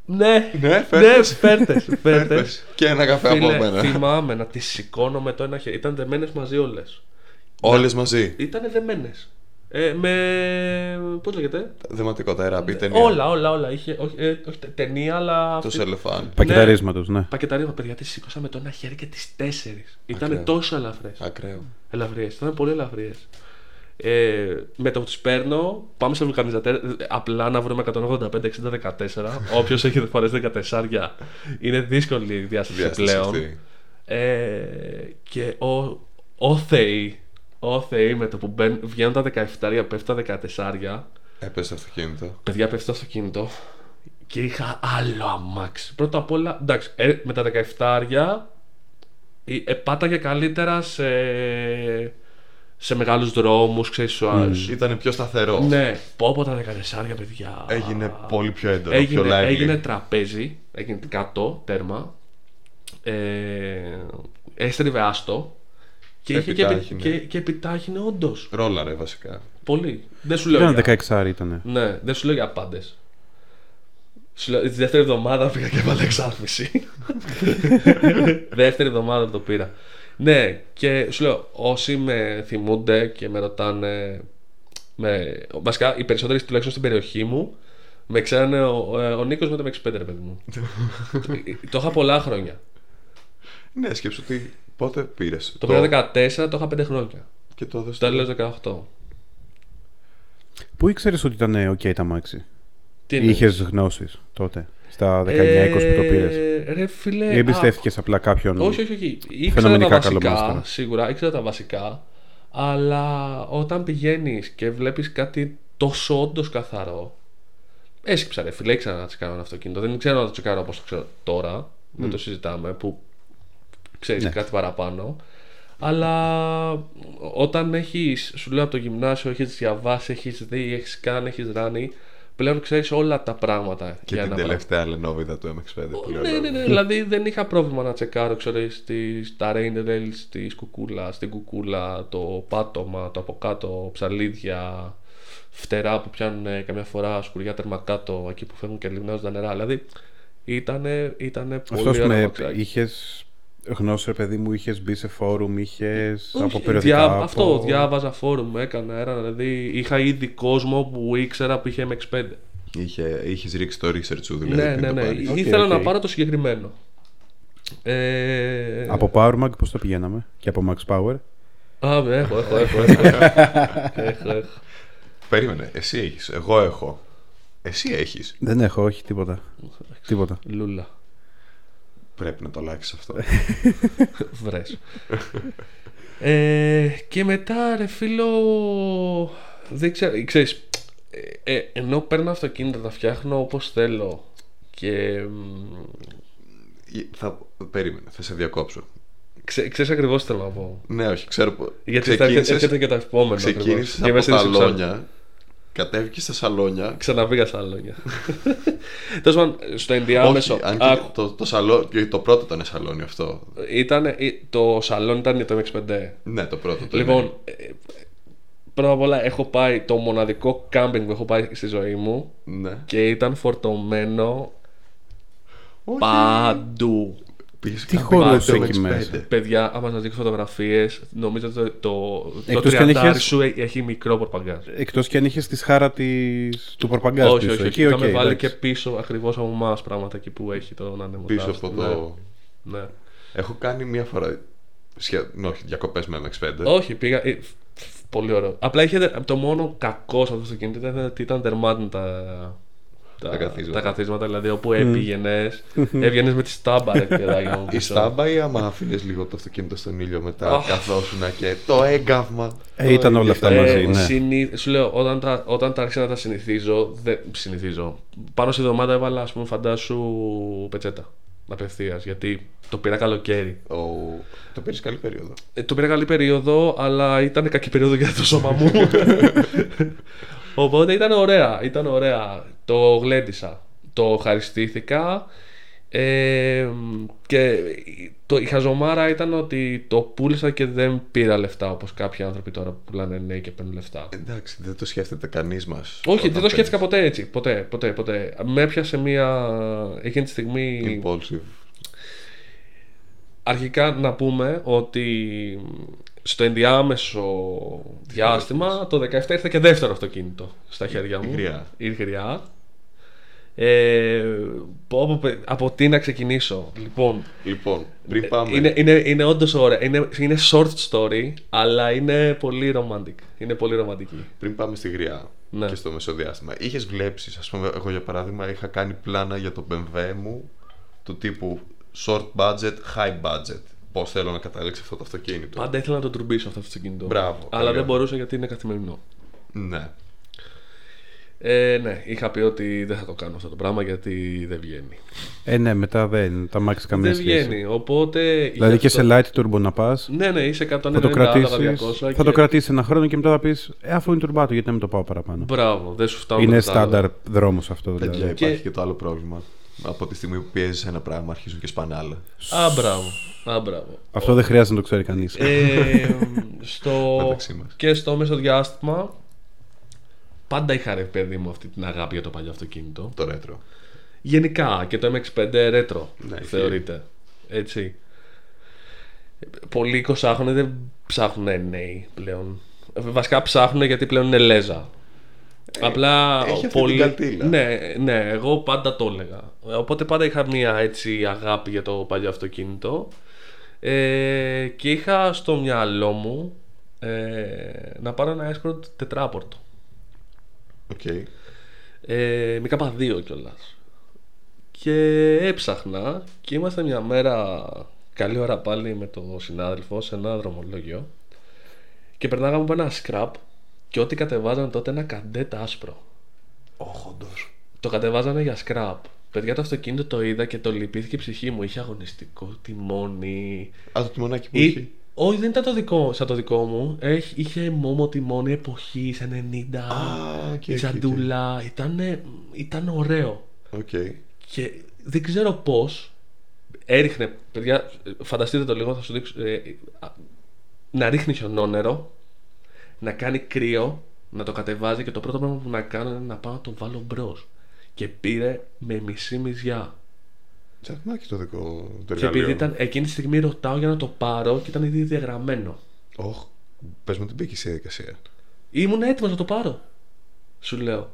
S3: Ναι,
S1: Ναι, φέρτες.
S3: φέρτες, φέρτες.
S1: Φέρτες. Και ένα καφέ από
S3: Φίλε,
S1: μένα.
S3: θυμάμαι να τις σηκώνω με το ένα χέρι. Ήταν δεμένες μαζί όλες.
S1: Όλες μαζί.
S3: Ήταν δεμένες. Ε, με. Πώς λέγεται.
S1: Δεματικό τherapy, ταινία.
S3: Όλα, όλα, όλα. Είχε, όχι, ε, όχι τε- ταινία, αλλά.
S1: Το
S3: αυτή-
S1: σελεφάν.
S2: Πακεταρίσματο, ναι.
S3: Πακεταρίσμα, παιδιά, τι σήκωσα με το ένα χέρι και τις τέσσερις.
S1: Ακραίο.
S3: Ήταν τόσο ελαφρές.
S1: Ακραίο.
S3: Ελαφριέ, ήταν πολύ ελαφριέ. Ε, με το που τις παίρνω, πάμε σε βουλκανιζατέρ. Απλά να βρούμε 185-60-14. Όποιος έχει φορέσει 14, είναι δύσκολη η διάσταση
S1: Διάσταση
S3: πλέον.
S1: αυτή.
S3: Ε, και ο, ο Θεή, ο Θεή με το που μπαίν- βγαίνουν τα 17, πέφτουν τα 14.
S1: Έπεσε το αυτοκίνητο.
S3: Παιδιά, πέφτει το αυτοκίνητο και είχα άλλο αμάξι. Πρώτα απ' όλα, εντάξει, ε, με τα 17 άρια ε, ε, πάταγε καλύτερα σε, σε μεγάλους δρόμους, ξέρεις, σου άρεσε.
S1: Ήταν πιο σταθερός.
S3: Ναι, πω πω τα 14 παιδιά.
S1: Έγινε πολύ πιο έντονο. πιο
S3: Έγινε,
S1: lively.
S3: έγινε τραπέζι, έγινε κάτω, τέρμα. Ε, έστριβε άστο. Και είχε και, επι-
S1: Επιτάχυνε.
S3: και, και επιτάχυνε όντως.
S1: Ρόλαρε βασικά.
S3: Πολύ. Δεν σου λέω.
S2: Ήταν
S3: για-
S2: 16 ήταν.
S3: ναι, δεν σου λέω για πάντες. Σου λέω, τη δεύτερη εβδομάδα πήγα και έβαλα εξάρτηση. δεύτερη εβδομάδα που το πήρα. Ναι, και σου λέω, όσοι με θυμούνται και με ρωτάνε. Με, βασικά, οι περισσότεροι τουλάχιστον στην περιοχή μου με ξέρανε ο, ε, ο Νίκος με το 65, ρε παιδί μου. το είχα πολλά χρόνια.
S1: Ναι, σκέψου ότι πότε πήρες.
S3: Το πήρα 14, το είχα 5 χρόνια.
S1: Και το
S3: Το
S1: έδωσε.
S3: τέλο 18.
S2: Πού ήξερες ότι ήταν ε, οκ τα μάξι.
S3: Τι είναι. Ε,
S2: Είχες γνώσεις τότε, στα 19-20 που το πήρες.
S3: Ρε φίλε.
S2: Ή
S3: α,
S2: εμπιστεύτηκε απλά κάποιον.
S3: Όχι, όχι, όχι. Ήξερα τα
S2: Φαινομενικά καλό
S3: βασικά,
S2: μάστορα.
S3: σίγουρα, ήξερα τα βασικά. Αλλά όταν πηγαίνεις και βλέπεις κάτι τόσο όντως καθαρό Έσκυψα ρε φίλε, ήξερα να τσεκάρω ένα αυτοκίνητο. Δεν ξέρω να το τσεκάρω όπως το ξέρω τώρα. Δεν το συζητάμε που ξέρεις κάτι παραπάνω. Αλλά όταν έχεις, σου λέω από το γυμνάσιο, έχεις διαβάσει, έχεις δει, έχεις κάνει, έχεις ράνει, πλέον ξέρεις όλα τα πράγματα
S1: Και την
S3: πράγμα.
S1: τελευταία λενόβιδα του MX5 που λέω.
S3: Ναι, ναι, ναι. δηλαδή δεν είχα πρόβλημα να τσεκάρω ξέρω, στις, τα rain rails της κουκούλα, στην κουκούλα, το πάτωμα, το από κάτω, ψαλίδια, φτερά που πιάνουν ε, καμιά φορά σκουριά τερμακάτω εκεί που φεύγουν και λιμνάζουν τα νερά. Δηλαδή ήταν ήτανε πολύ
S2: Αυτό α πούμε
S3: ρομαξάκι.
S2: είχες γνώση, ρε παιδί μου, είχες μπει σε φόρουμ, είχες από
S3: Όχι,
S2: περιοδικά.
S3: διά-
S2: από-
S3: Αυτό, διάβαζα φόρουμ, έκανα ένα, δηλαδή είχα ήδη κόσμο που ήξερα που είχε MX5.
S1: Είχε, είχες ρίξει το research σου δηλαδή.
S3: Ναι,
S1: πριν
S3: ναι,
S1: το
S3: ναι.
S1: πάρεις.
S2: Οκ,
S3: Ήθελα
S2: οκ.
S3: να πάρω το συγκεκριμένο. Ε,
S2: Από Power Mag πώς το πηγαίναμε και από Max Power.
S3: Α, ναι, έχω, έχω, έχω. έχω, έχω, έχω.
S1: Περίμενε, εσύ έχεις, εγώ έχω. Εσύ έχεις.
S2: Δεν έχω, όχι τίποτα. τίποτα.
S3: Λούλα.
S1: Πρέπει να το αλλάξεις αυτό.
S3: Βρες. ε, και μετά, ρε φίλο, δεν ξέρω, ξέρεις, ε, ε, ενώ παίρνω αυτοκίνητα, τα φτιάχνω όπως θέλω και μ,
S1: θα, περίμενε, θα σε διακόψω.
S3: ξέ, ξέρεις ακριβώς τι θέλω να πω.
S1: Ναι, όχι, ξέρω που.
S3: Γιατί θα έρχεται- έρχεται και το επόμενο ακριβώς.
S1: ξεκίνησες
S3: Και
S1: από
S3: μέσα
S1: τα
S3: σε ψάχνω.
S1: σαλόνια. Κατέβηκε στα σαλόνια.
S3: Ξαναπήγα στα λόγια. Τέλος πάντων, στο ενδιάμεσο.
S1: όχι, αν και
S3: άκου,
S1: το, το, σαλό, και το πρώτο ήταν σαλόνι αυτό.
S3: ήτανε- ε, το σαλόν ήταν το MX5.
S1: Ναι, το πρώτο. Το είναι.
S3: Λοιπόν, ε, πρώτα απ' όλα έχω πάει το μοναδικό κάμπινγκ που έχω πάει στη ζωή μου
S1: Ναι.
S3: και ήταν φορτωμένο
S1: Όχι.
S3: παντού.
S1: Πήγες
S2: Τι
S1: κάπου
S2: χωρούσε
S1: κάτω, 65.
S2: εκεί μέσα.
S3: Παιδιά, άμα σας δείξω φωτογραφίες, νομίζω ότι το, το, το
S2: Εκτός κι αν
S3: τριαντάρι
S2: είχες-
S3: σου έ- έχει μικρό πορπαγκάζ.
S2: Εκτός και αν είχες τη χάρα της... του Πορπαγκάζ
S3: όχι,
S2: πίσω.
S3: όχι, όχι.
S2: Εκεί,
S3: είχαμε
S2: οκ,
S3: βάλει
S2: εντάξει.
S3: και πίσω ακριβώς από εμάς πράγματα εκεί που έχει το να ανεμοτάζει.
S1: Πίσω από
S3: Ναι,
S1: το.
S3: ναι.
S1: Έχω κάνει μία φορά. Σχεδόν, όχι, διακοπές με MX5.
S3: Όχι, πήγα. ε, φ- φ- Πολύ ωραίο. Απλά είχε δε- το μόνο κακό σε αυτό το αυτοκίνητο ήταν ότι ήταν τερμάτων τα, τα,
S1: Τα καθίσματα.
S3: καθίσματα, Δηλαδή όπου έπηγαινες, έβγαινες με τη στάμπα, ρε παιδάκι μου.
S1: Η
S3: πίσω.
S1: στάμπα ή άμα αφήνες λίγο το αυτοκίνητο στον ήλιο μετά
S3: Αχ.
S1: καθόσουνα και το έγκαυμα.
S2: Ε, ήταν όλα αυτά
S1: Ε,
S2: μαζί, ναι.
S3: συνη- Σου λέω, όταν τα, όταν τα άρχισα να τα συνηθίζω, δεν συνηθίζω. Πάνω στη εβδομάδα έβαλα, ας πούμε, φαντάσου πετσέτα. Απευθείας. Γιατί το πήρα καλοκαίρι.
S1: Ο- Το πήρες καλή περίοδο.
S3: Ε, το πήρα καλή περίοδο, αλλά ήταν κακή περίοδο για το σώμα μου. Οπότε ήταν ωραία, ήταν ωραία. Το γλέντισα. Το ευχαριστήθηκα. Ε, και το, η χαζομάρα ήταν ότι το πούλησα και δεν πήρα λεφτά όπως κάποιοι άνθρωποι τώρα που πουλάνε νέοι και παίρνουν λεφτά.
S1: Ε, Εντάξει, δεν το σκέφτεται κανείς μας.
S3: Όχι, δεν το σκέφτηκα ποτέ έτσι. Ποτέ, ποτέ, ποτέ. Με έπιασε μια. εκείνη τη στιγμή.
S1: Impulsive.
S3: Αρχικά να πούμε ότι στο ενδιάμεσο διάστημα το 17 ήρθε και δεύτερο αυτοκίνητο στα χέρια μου.
S1: η γριά.
S3: Η γριά. Ε, πω, πω, πω, από τι να ξεκινήσω. Λοιπόν,
S1: Λοιπόν, πριν πάμε.
S3: είναι, είναι, είναι όντως ωραία. Είναι, είναι short story, αλλά είναι πολύ romantic. Είναι πολύ ρομαντική.
S1: Πριν πάμε στη γριά
S3: Ναι.
S1: και στο μεσοδιάστημα, είχες βλέψεις, ας πούμε, εγώ για παράδειγμα είχα κάνει πλάνα για το BMW μου του τύπου short budget, high budget. Πώς θέλω να καταλήξει αυτό το αυτοκίνητο.
S3: Πάντα ήθελα να το τουρμπίσω αυτό το αυτοκίνητο.
S1: Μπράβο,
S3: Αλλά
S1: ωραία.
S3: δεν μπορούσα γιατί είναι καθημερινό.
S1: Ναι.
S3: Ε, ναι, είχα πει ότι δεν θα το κάνω αυτό το πράγμα γιατί δεν βγαίνει.
S2: Ε, ναι, μετά δεν. Τα Max καμία
S3: δεν
S2: Ναι, σχέση.
S3: βγαίνει. Οπότε.
S2: Δηλαδή
S3: γι'
S2: και σε
S3: αυτό-
S2: light turbo να πας.
S3: Ναι, ναι, είσαι 190
S2: Θα το κρατήσει θα το
S3: κρατήσει.
S2: κρατήσεις ένα χρόνο και μετά θα πεις Ε, αφού είναι τουρμπάτο, γιατί να μην το πάω παραπάνω.
S3: Μπράβο, δεν σου φτάνω.
S2: Είναι
S3: με τα άλλα.
S2: στάνταρ δρόμος αυτό.
S1: Παιδιά,
S2: Δηλαδή.
S1: υπάρχει και... το άλλο πρόβλημα. Από τη στιγμή που πιέζεις ένα πράγμα, αρχίζουν και σπάνε άλλα.
S3: Α, μπράβο. Α, μπράβο.
S2: Αυτό δεν χρειάζεται να το ξέρει κανείς.
S3: Ε, στο...
S1: Μεταξύ μας.
S3: και στο μέσο διάστημα πάντα είχα ρε παιδί μου αυτή την αγάπη για το παλιό αυτοκίνητο.
S1: Το ρέτρο.
S3: Γενικά και το MX5 retro
S1: Ναι, ισχύει.
S3: θεωρείται. Έτσι. Πολλοί 20χρονοι δεν ψάχνουν νέοι πλέον. Βασικά ψάχνουν γιατί πλέον είναι λέζα. Απλά
S1: Ε, έχει αυτή
S3: πολλοί-
S1: την κατήλα.
S3: ναι, ναι, εγώ πάντα το έλεγα. Οπότε πάντα είχα μια έτσι αγάπη για το παλιό αυτοκίνητο. Ε, και είχα στο μυαλό μου ε, να πάρω ένα Escort τετράπορτο.
S1: Οκ.
S3: Ε, με κάπα δύο κιόλας. Και έψαχνα και είμαστε μια μέρα καλή ώρα πάλι με τον συνάδελφο σε ένα δρομολόγιο και περνάγαμε από ένα σκραπ και ό,τι κατεβάζαν τότε ένα καντέτα άσπρο.
S1: Όχοντος.
S3: Το κατεβάζανε για scrap. Παιδιά, το αυτοκίνητο το είδα και το λυπήθηκε η ψυχή μου. Είχε αγωνιστικό τιμόνι.
S1: Α, το τιμονάκι που
S3: Ή...
S1: έχει.
S3: Όχι, δεν ήταν το δικό, σαν το δικό μου. Έχ- είχε μόμο τιμόνι εποχής 90.
S1: Α, και
S3: η σαντούλα. Ήταν, ήταν ωραίο.
S1: Οκ.
S3: Και δεν ξέρω πώς. Έριχνε, παιδιά, φανταστείτε το λίγο, θα σου δείξω. ε, α, να ρίχνεις χιονόνερο, να κάνει κρύο, να το κατεβάζει και το πρώτο πράγμα που να κάνω είναι να πάω να το βάλω μπρος. Και πήρε με μισή μυζιά.
S1: Τσακμάκι το δικό το
S3: Και
S1: εργαλείο.
S3: επειδή ήταν εκείνη τη στιγμή ρωτάω για να το πάρω και ήταν ήδη διαγραμμένο.
S1: Οχ, πες μου την μπήκε στη διαδικασία.
S3: Ήμουν έτοιμος να το πάρω. Σου λέω.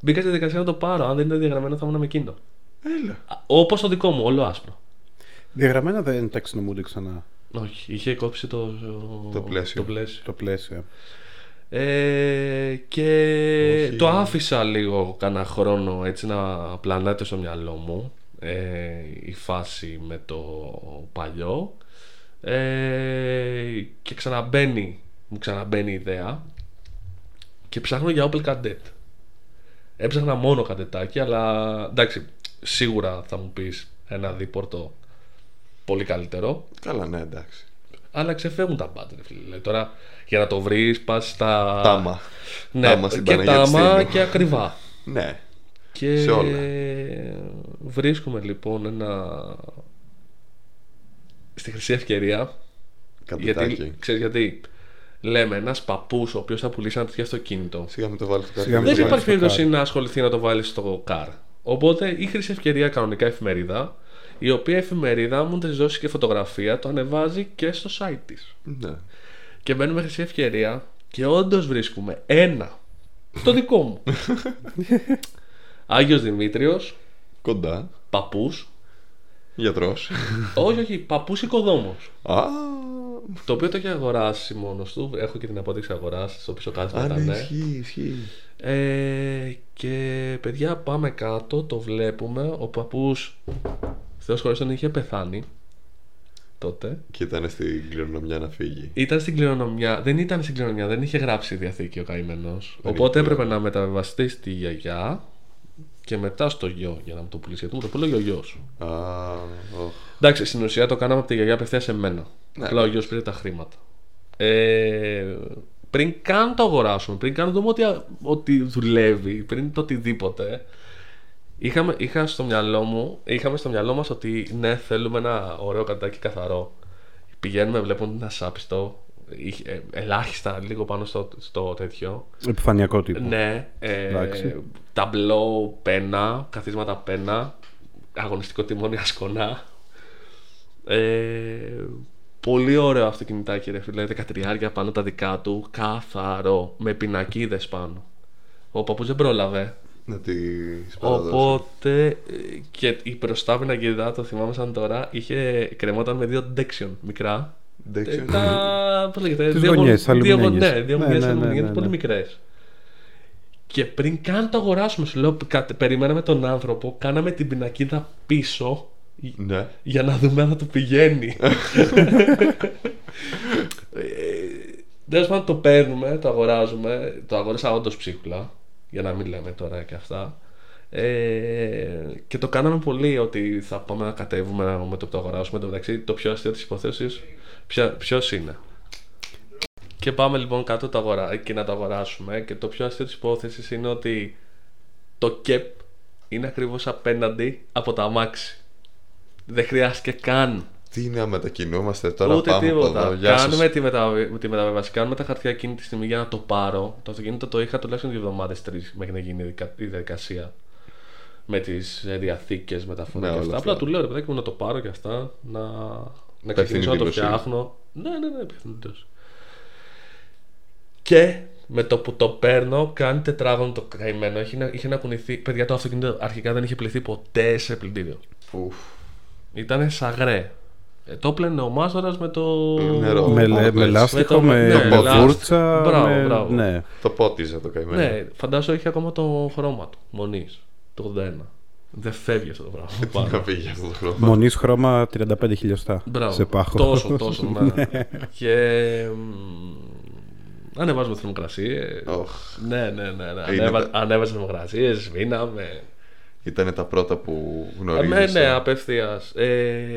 S3: Μπήκα στη διαδικασία να το πάρω. Αν δεν ήταν διαγραμμένο, θα ήμουν με εκείνο.
S1: Έλα.
S3: Όπως το δικό μου, όλο άσπρο.
S2: Διαγραμμένα δεν ταξινομούνται ξανά
S3: Όχι, είχε κόψει το,
S1: Το πλαίσιο.
S3: Το πλαίσιο.
S2: το πλαίσιο.
S3: Ε, και
S1: Όχι.
S3: το άφησα λίγο κανένα χρόνο έτσι να πλανάται στο μυαλό μου ε, η φάση με το παλιό ε, και ξαναμπαίνει μου ξαναμπαίνει η ιδέα και ψάχνω για Opel Cadet έψαχνα μόνο καντετάκι αλλά εντάξει σίγουρα θα μου πεις ένα δίπορτο πολύ καλύτερο
S1: Καλά, ναι, εντάξει.
S3: αλλά ξεφεύγουν τα μπάτρε φίλε Δηλαδή, τώρα για να το βρεις πας στα
S1: Τάμα.
S3: ναι,
S1: Τάμα στην
S3: και
S1: Παναγία της
S3: τάμα
S1: Θήμου.
S3: και ακριβά.
S1: Ναι.
S3: και
S1: Σε όλα.
S3: βρίσκουμε λοιπόν ένα. στη χρυσή ευκαιρία.
S1: Καντετάκι.
S3: Γιατί ξέρεις γιατί. Λέμε ένας παππούς ο οποίος θα πουλήσει ένα τέτοιο αυτοκίνητο.
S1: Σιγά με το βάλεις στο κάτω.
S2: Σιγά μην το
S3: Δεν
S2: βάλεις
S3: υπάρχει
S2: στο
S3: περίπτωση
S2: car.
S3: να ασχοληθεί να το βάλεις στο καρ. Οπότε η χρυσή ευκαιρία κανονικά εφημερίδα, η οποία εφημερίδα μου της δώσει και φωτογραφία, το ανεβάζει και στο site της.
S1: Ναι.
S3: Και μπαίνουμε χρυσή ευκαιρία και όντως βρίσκουμε ένα. Το δικό μου. Άγιος Δημήτριος,
S1: Κοντά.
S3: παππούς.
S1: Γιατρός.
S3: όχι, όχι, παππούς οικοδόμος.
S1: Α,
S3: Το οποίο το έχει αγοράσει μόνος του. Έχω και την απόδειξη αγοράς στο πίσω κάτω μετά,
S1: αν
S3: ναι.
S1: ισχύει, ισχύει.
S3: Ε, και παιδιά πάμε κάτω, το βλέπουμε. Ο παππούς, θεός χωρίς τον είχε πεθάνει τότε.
S1: Και ήταν στην κληρονομιά να φύγει.
S3: Ήταν στην κληρονομιά, δεν ήταν στην κληρονομιά, δεν είχε γράψει η διαθήκη ο καημένος.
S1: Δεν
S3: Οπότε
S1: είχε.
S3: έπρεπε να μεταβιβαστεί στη γιαγιά και μετά στο γιο για να μου το πουλήσει. Γιατί μου το πούλεγε ο γιος.
S1: Α, οχ.
S3: Εντάξει, στην ουσία το κάναμε από τη γιαγιά απευθείας σε μένα.
S1: Ναι.
S3: Απλά ο γιος πήρε τα χρήματα. Ε, πριν καν το αγοράσουμε, πριν καν δούμε ότι, ότι δουλεύει, πριν το οτιδήποτε, είχαμε, είχα στο μυαλό μου, είχαμε στο μυαλό μας ότι ναι, θέλουμε ένα ωραίο κατάκι καθαρό. Πηγαίνουμε, βλέπουμε ένα σάπιστο, είχε- ε, ελάχιστα λίγο πάνω στο, στο τέτοιο.
S2: Επιφανειακό τύπο.
S3: Ναι, ε,
S2: Εντάξει.
S3: ταμπλό, πένα, καθίσματα πένα, αγωνιστικό τιμόνι ασκονά. Ε, πολύ ωραίο αυτοκινητάκι ρε φίλε, 13 πάνω τα δικά του, καθαρό, με πινακίδες πάνω. Ο παππούς δεν πρόλαβε,
S1: Να τη παραδώσω.
S3: οπότε ε, και η προστάμινα γυδά, το θυμάμαι σαν τώρα, είχε κρεμόταν με δύο dection μικρά. Ε,
S1: Εντάξει,
S3: τα. Πώς λέγεται.
S2: Τις
S3: διαγων-
S2: γωνιές,
S3: διαγων-
S2: αλουμινιές.
S3: Ναι,
S2: Ναι,
S3: διαγωνιέ
S2: ναι, ναι,
S3: αλουμινιές
S2: ναι,
S3: πολύ
S2: ναι.
S3: μικρές. Και πριν καν το αγοράσουμε, σου λέω, κατε- περιμέναμε τον άνθρωπο, κάναμε την πινακίδα πίσω
S1: Ναι.
S3: για να δούμε αν θα του πηγαίνει. Τέλο Ε, πάντων, το παίρνουμε, το αγοράζουμε. Το αγόρασα όντως ψίχουλα. Για να μην λέμε τώρα και αυτά. Ε, και το κάναμε πολύ ότι θα πάμε να κατέβουμε να δούμε το που το αγοράσουμε. Εν τω μεταξύ, το πιο αστείο της υποθέση ποιος είναι. Και πάμε λοιπόν κάτω το αγορά, και να το αγοράσουμε. Και το πιο αστείο της υπόθεσης είναι ότι το κεπ είναι ακριβώς απέναντι από τα αμάξι. Δεν χρειάστηκε καν.
S1: Τι να μετακινούμαστε τώρα,
S3: Ούτε
S1: πάμε από εδώ,
S3: τίποτα.
S1: γεια σας.
S3: Κάνουμε τη, μεταβε... τη μεταβίβαση. Κάνουμε τα χαρτιά εκείνη τη στιγμή για να το πάρω. Το αυτοκίνητο το είχα τουλάχιστον δύο εβδομάδες, τρεις μέχρι να γίνει η δικα- η διαδικασία. Με τις διαθήκε μεταφορά
S1: Με Ναι,
S3: και
S1: όλα αυτά.
S3: αυτά. Απλά του λέω ρε παιδάκι μου να το πάρω και αυτά. Να, να
S1: Υπεύθυνη
S3: ξεκινήσω να το
S1: δήλωση.
S3: φτιάχνω. Ναι, ναι, ναι, υπεύθυνο. Και με το που το παίρνω, κάνει τετράγωνο το καημένο. Είχε, να- είχε να κουνηθεί. Παιδιά, το αυτοκίνητο αρχικά δεν είχε πληθεί ποτέ σε πλυντήριο.
S1: Ουφ.
S3: Ήταν σαγρέ. Ε, το πλένε ο Μάστορα με το.
S1: Νερό.
S2: Με,
S1: Πάμε
S2: λε-
S1: πες.
S2: με λάστιχο,
S3: το-
S2: με,
S3: ναι,
S2: με
S1: λάστιχο.
S2: φούρτσα.
S3: Μπράβο,
S2: με-
S3: μπράβο.
S2: Ναι.
S1: Το πότιζε το καημένο.
S3: Ναι, φαντάζομαι είχε ακόμα το χρώμα του. Μονής. Το 81. Δεν φεύγει αυτό το πράγμα.
S1: Τι να
S3: Πάνω.
S1: πήγε αυτό το χρώμα.
S2: Μονής χρώμα 35 χιλιοστά.
S3: Μπράβο.
S2: Σε πάχο.
S3: Τόσο, τόσο. ναι. και. μ, Ανεβάζουμε θερμοκρασίε.
S1: Οχ.
S3: Ναι, ναι, ναι. ναι.
S1: Είναι
S3: Ανέβα...
S1: τα-
S3: Ανέβαζε θερμοκρασίες, σβήναμε.
S1: Ήταν τα πρώτα που
S3: Ε,
S1: γνωρίζεις.
S3: Ναι, ναι, απευθείας. Ε,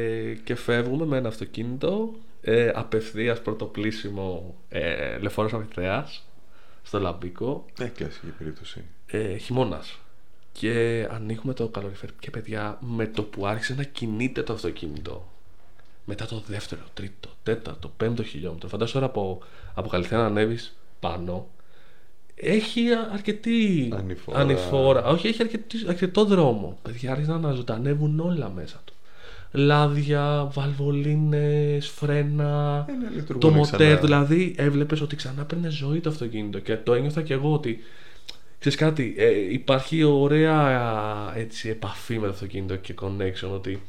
S3: και φεύγουμε με ένα αυτοκίνητο. Ε, απευθείας πρώτο πλήσιμο ε, λεφόρο αμυθέα στο λαμπίκο.
S1: Ε, κλασική περίπτωση.
S3: Ε, Χειμώνας. Και ανοίγουμε το καλοριφέρ. Και παιδιά, με το που άρχισε να κινείται το αυτοκίνητο. Μετά το δεύτερο, τρίτο, τέταρτο, πέμπτο χιλιόμετρο. Φαντάζομαι τώρα από, από Καλυθέα να ανέβεις πάνω. Έχει α- αρκετή
S1: Ανηφόρα.
S3: ανηφόρα. Όχι, έχει αρκετή- αρκετό δρόμο. Παιδιά άρχισαν να ζωντανεύουν όλα μέσα του. Λάδια, βαλβολίνες, φρένα.
S1: Ε, ναι, λειτουργούν
S3: το μοτέρ,
S1: ξανά.
S3: δηλαδή έβλεπες ότι ξανά παίρνει ζωή το αυτοκίνητο. Και το ένιωθα κι εγώ ότι Ξέρεις κάτι, ε, υπάρχει ωραία ε, έτσι, επαφή με το αυτοκίνητο και connection ότι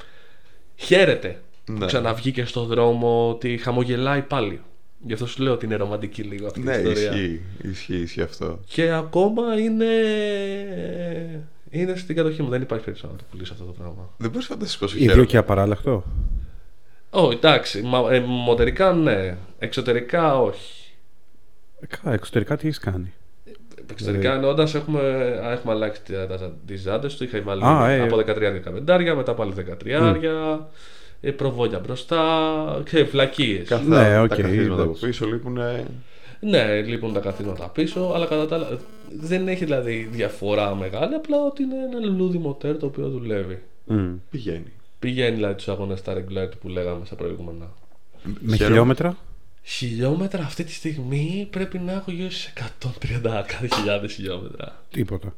S3: χαίρεται
S1: Ναι.
S3: που ξαναβγήκε στον δρόμο, ότι χαμογελάει πάλι. Γι' αυτό σου λέω ότι είναι ρομαντική λίγο αυτή
S1: Ναι,
S3: η ιστορία.
S1: ισχύει. Ισχύει, ισχύει αυτό.
S3: Και ακόμα είναι... είναι στην κατοχή μου, δεν υπάρχει περίπτωση να το πουλήσω αυτό το πράγμα.
S1: Δεν μπορείς να φανταστείς πόσο
S2: Οι δύο
S1: χαίρομαι.
S2: και απαράλλαχτο.
S3: Ω, εντάξει, μα, ε, μοντερικά ναι, εξωτερικά όχι.
S2: Ε, Καλά, εξωτερικά τι έχεις κάνει. Δηλαδή-
S3: Εξωτερικά εννοώντας έχουμε, έχουμε αλλάξει τα- τα- τι ζάντε του. Είχα βάλει
S2: Α, ε.
S3: από 13-15, μετά πάλι 13. Ε, προβόλια μπροστά και φλακίε.
S1: Καθά,
S2: Ναι, οκ,
S1: τα καθίσματα από
S2: εντάξει.
S1: πίσω λείπουν.
S3: Ναι, λείπουν τα καθίσματα πίσω, αλλά κατά τα άλλα ε, δεν έχει δηλαδή διαφορά μεγάλη. Απλά ότι είναι ένα λουλούδι μοτέρ το οποίο δουλεύει.
S2: Μμ.
S1: Πηγαίνει.
S3: Πηγαίνει δηλαδή τους αγώνες στα regularity που λέγαμε στα προηγούμενα.
S2: Με
S1: Χαίρομαι.
S2: χιλιόμετρα.
S3: Χιλιόμετρα αυτή τη στιγμή πρέπει να έχω γύρω στις 130 κάτι χιλιάδες χιλιόμετρα. Ναι.
S2: Τίποτα.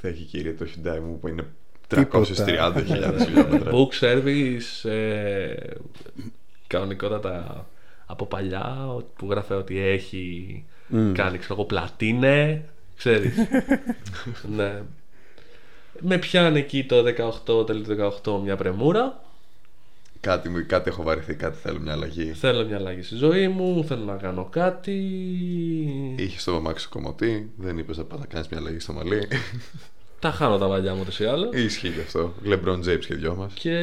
S1: Θα έχει κύριε το Hyundai μου που είναι
S2: Τίποτα.
S1: 330.000 χιλιόμετρα.
S3: Book service ε, κανονικότατα από παλιά ο- που γράφε ότι έχει κάνει ξέρω εγώ πλατίνε ξέρεις ναι. με πιάνει εκεί το 18 τέλειο του 18 μια πρεμούρα
S1: κάτι, μου, κάτι έχω βαρεθεί, κάτι θέλω μια αλλαγή.
S3: θέλω μια αλλαγή στη ζωή μου θέλω να κάνω κάτι
S1: Είχε το αμάξι κομμωτή, δεν είπες να πας να κάνεις μια αλλαγή στο μαλλί.
S3: τα χάνω τα μαλλιά μου ούτως ή άλλως
S1: Ισχύει γι' αυτό. Λεμπρόν Τζέιμ και δυο μα.
S3: και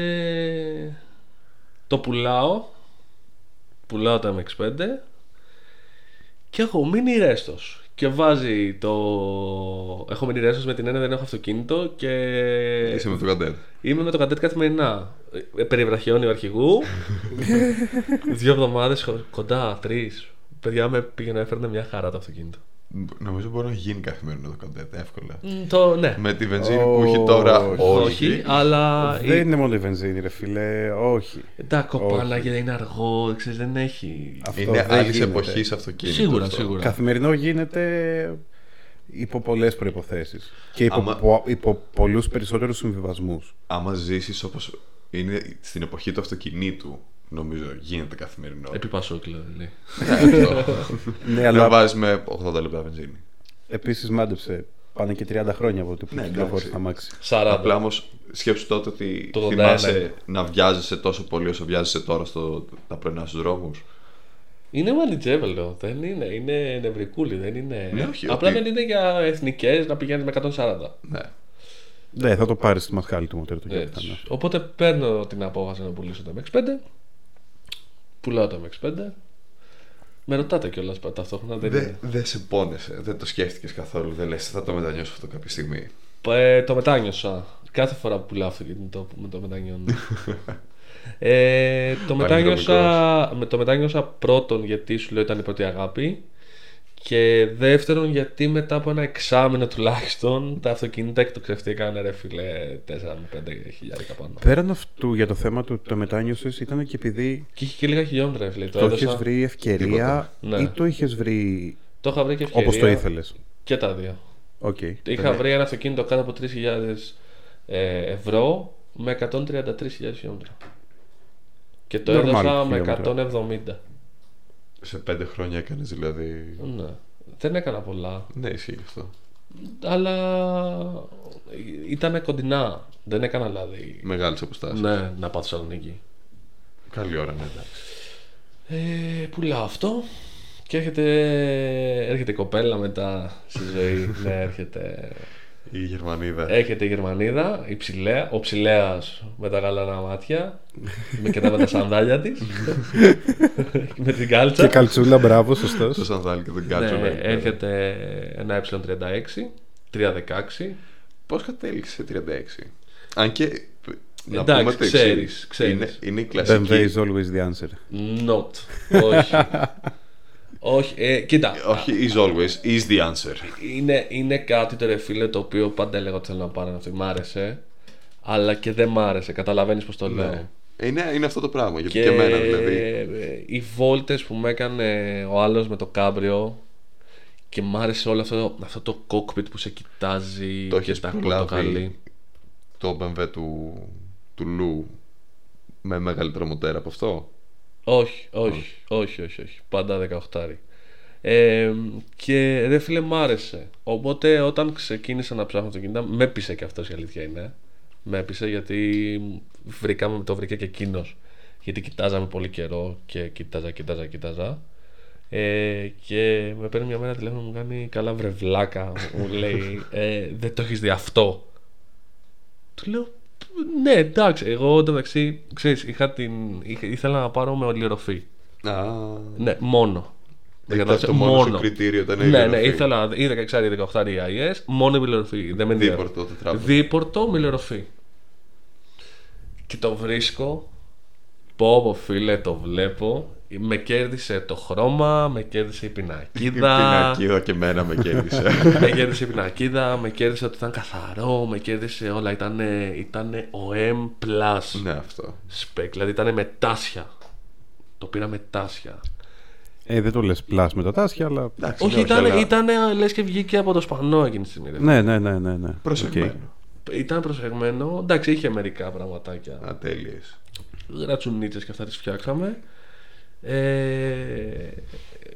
S3: το πουλάω πουλάω το MX5 και έχω μείνει ρέστος και βάζει το... Έχω μείνει ρέστος με την έννοια δεν έχω αυτοκίνητο και Ε,
S1: Είσαι με το καντέρ.
S3: είμαι με το καντέτ καθημερινά. Ε, Περιβραχιώνει ο αρχηγού. Δύο εβδομάδες χο- κοντά, τρεις. Παιδιά με πήγαινε έφερνε μια χαρά το αυτοκίνητο.
S1: Νομίζω μπορεί να γίνει καθημερινό το καντέρ, εύκολα.
S3: Μ, Το ναι.
S1: Με τη βενζίνη που έχει τώρα,
S2: Όχι.
S1: όχι.
S3: αλλά η-
S2: Δεν είναι μόνο η βενζίνη, ρε φιλέ. Όχι.
S3: τα κοπάναγε είναι αργό, ξέρεις, δεν έχει.
S2: Αυτό
S1: Είναι
S2: δεν
S1: άλλης
S2: γίνεται.
S1: εποχής αυτοκίνητος.
S3: Σίγουρα,
S1: αυτό.
S3: σίγουρα.
S2: Καθημερινό γίνεται υπό πολλές προποθέσει. Και υπό,
S1: Άμα-
S2: πο- υπό πολλούς περισσότερους συμβιβασμούς.
S1: Άμα ζήσεις όπως είναι στην εποχή του αυτοκινήτου, νομίζω γίνεται καθημερινό.
S3: Επί Πασόκλα, δηλαδή.
S2: ναι,
S1: Αλλά... Να
S2: αλλά
S1: βάζεις με 80 λεπτά βενζίνη.
S2: επίσης μάντεψε. Πάνε και 30 χρόνια από τότε που
S1: Ναι,
S2: κυκλοφόρησε
S1: εντάξει.
S2: τα μάξι.
S3: 40.
S1: Απλά όμως σκέψου τότε ότι
S3: Το 81.
S1: θυμάσαι να βιάζεσαι τόσο πολύ όσο βιάζεσαι τώρα στο, τα πρωινά στους δρόμους.
S3: Είναι manageable, δεν είναι. Είναι νευρικούλη, δεν είναι.
S1: Ναι, όχι,
S3: Απλά
S1: ότι-
S3: δεν είναι για εθνικές να πηγαίνεις με 140.
S1: Ναι.
S2: Ναι, θα το πάρεις στη μασχάλη του μοτέρ του και αυτά,
S3: Έτσι.
S2: ναι.
S3: Ε, Οπότε παίρνω την απόφαση να πουλήσω το MX5. Πουλάω το MX5. Με ρωτάτε κιόλας ταυτόχρονα. Δεν
S1: Δεν
S3: είναι.
S1: δεν σε πόνεσαι, δεν το σκέφτηκες καθόλου. Δεν λες, θα το μετανιώσω αυτό κάποια στιγμή.
S3: Ε, το μετάνιωσα. Κάθε φορά που πουλάω αυτοκίνητο με το μετανιώνω. ε, το, μετάνιωσα, με, το μετάνιωσα πρώτον γιατί σου λέω ήταν η πρώτη αγάπη και δεύτερον γιατί μετά από ένα εξάμεινο τουλάχιστον τα αυτοκίνητα εκτοξευτήκαν ρε φίλε 4 με 5 χιλιάρικα πάνω.
S2: Πέραν αυτού για το θέμα του το μετάνιωσε ήταν και επειδή
S3: Και είχε και λίγα χιλιόμετρα ρε φίλε. Το,
S2: το είχε
S3: έδωσα,
S2: βρει ευκαιρία
S3: Τίποτα.
S2: ή
S3: Ναι.
S2: το είχες βρει
S3: το είχα βρει και ευκαιρία.
S2: όπως το ήθελες.
S3: Και τα δύο.
S2: Οκ.
S3: Είχα
S2: Ναι.
S3: βρει ένα αυτοκίνητο κάτω από 3.000 ε, ευρώ με 133.000 χιλιόμετρα. Και το
S2: Normal
S3: έδωσα με
S2: χιλιόμετρα.
S3: 170.
S1: Σε πέντε χρόνια έκανες δηλαδή.
S3: Ναι. Δεν έκανα πολλά.
S1: Ναι, ισχύει αυτό.
S3: Αλλά ήταν κοντινά. Δεν έκανα δηλαδή.
S1: Μεγάλες αποστάσεις.
S3: Ναι, να πάω Θεσσαλονίκη.
S1: Καλή ώρα, ναι, εντάξει.
S3: Ε, πουλάω αυτό. Και έρχεται, έρχεται η κοπέλα μετά στη ζωή. ναι, έρχεται.
S1: Η Γερμανίδα.
S3: Έρχεται η Γερμανίδα, η Ψηλέα, ο Ψηλέας με τα γαλανά μάτια με και τα με τα σανδάλια της με την κάλτσα
S2: Και καλτσούλα, μπράβο, σωστός.
S1: Το ναι, σανδάλι και τον
S3: ναι,
S1: κάτσο.
S3: έρχεται ένα ε36 316
S1: Πώς κατέληξε σε 36. Αν και. Να
S3: Εντάξει,
S1: πούμε το εξής.
S3: ξέρεις, ξέρεις.
S1: Είναι, είναι η
S2: Then there
S1: κλασική.
S2: is always the answer.
S3: Not. Όχι. Όχι. Ε, κοίτα.
S1: Όχι, is always, is the answer.
S3: Είναι, είναι κάτι το ρε φίλε το οποίο πάντα έλεγα ότι θέλω να πάρω αυτή. Μ' άρεσε. Αλλά και δεν μ' άρεσε. Καταλαβαίνεις πώς το λέω.
S1: Είναι, είναι αυτό το πράγμα. Γιατί και, εμένα δηλαδή.
S3: ε, οι βόλτες που με έκανε ο άλλος με το κάμπριο και μ' άρεσε όλο αυτό, αυτό το κόκπιτ που σε κοιτάζει
S1: Το
S3: και
S1: έχεις
S3: τα
S1: προλάβει
S3: πορτοκαλί.
S1: το BMW του, του Λου με μεγαλύτερο μοντέρα από αυτό.
S3: Όχι, όχι, όχι, όχι, όχι. Πάντα 18. Ε, και ρε φίλε μ' άρεσε. Οπότε όταν ξεκίνησα να ψάχνω το κινητά, με πείσε και αυτός η αλήθεια είναι. Με πείσε γιατί βρήκαμε, το βρήκε και εκείνος. Γιατί κοιτάζαμε πολύ καιρό και κοιτάζα, κοιτάζα, κοιτάζα. Ε, και με παίρνει μια μέρα τηλέφωνο μου κάνει καλά βρεβλάκα μου λέει ε, δεν το έχεις δει αυτό του λέω ναι εντάξει εγώ εντάξει ξέρεις είχα την, είχε- ήθελα να πάρω με ολιοροφή
S1: Α,
S3: ναι, μόνο.
S1: ήταν
S3: Καταλάβεις,
S1: το μόνο σου κριτήριο, ήταν η
S3: Ναι, ναι,
S1: λιοροφή.
S3: ήθελα να δω- ή 16 ή 18 ή IS, μόνο με λιοροφή. Δεν με ενδιαφέρει.
S1: Δίπορτο τετράποδο.
S3: Δίπορτο με λιοροφή. Και το βρίσκω. Πω, πω, φίλε, το βλέπω. Με κέρδισε το χρώμα, με κέρδισε η
S1: η
S3: πινακίδα.
S1: πινακίδα και εμένα με κέρδισε.
S3: με κέρδισε η πινακίδα, με κέρδισε ότι ήταν καθαρό, με κέρδισε όλα. Ήταν, ήταν ο M.
S1: ναι, αυτό.
S3: Spec, δηλαδή ήταν με τάσια. Το πήρα με τάσια.
S2: Ε, δεν το λες πλάσ με τα τάσια, αλλά.
S1: Εντάξει,
S3: Όχι,
S1: ναι,
S3: ήταν,
S1: αλλά
S3: ήταν λες και βγήκε από το σπανό εκείνη τη στιγμή. ρε.
S2: Ναι, ναι, ναι, ναι. ναι. Οκ.
S1: Προσεγμένο.
S3: Ήταν προσεγμένο. Εντάξει, είχε μερικά
S1: Ναι.
S3: πραγματάκια.
S1: Ατέλειες.
S3: Γρατσουνίτσες και αυτά τις φτιάξαμε. Ε,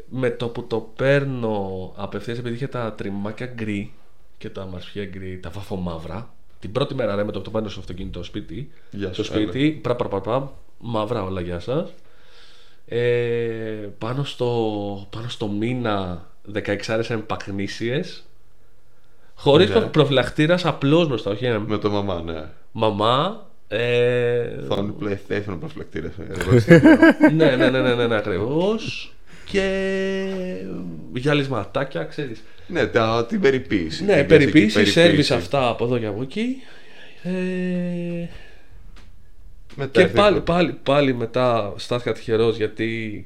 S3: με το που το παίρνω απευθείας επειδή είχε τα τριμμάκια γκρι και τα μαρσιά γκρι, τα βάφω μαύρα. Την πρώτη μέρα ρε, με το που το παίρνω στο αυτοκίνητο σπίτι,
S1: Γεια
S3: στο
S1: σου,
S3: σπίτι, πρα, πρα, πρα, πρα, μαύρα όλα, γεια σας. Ε, πάνω, στο, πάνω στο μήνα 16 άρες εμπακνήσιες, χωρίς
S1: Ναι.
S3: ναι. προφυλακτήρας, απλώς μπροστά, όχι εμ.
S1: Με το μαμά, ναι.
S3: Μαμά, ε,
S1: Θόνη PlayStation ε, προφυλακτήρα.
S3: ναι, ναι, ναι, ναι, ναι, ναι ακριβώς. Και γυαλισματάκια, ξέρεις.
S1: ναι, τα, την περιποίηση.
S3: Ναι,
S1: την κλασική
S3: περιποίηση, σερβις αυτά από εδώ και από εκεί. Ε,
S1: Μετά
S3: Και πάλι,
S1: δίπλα.
S3: πάλι, πάλι μετά στάθηκα τυχερός γιατί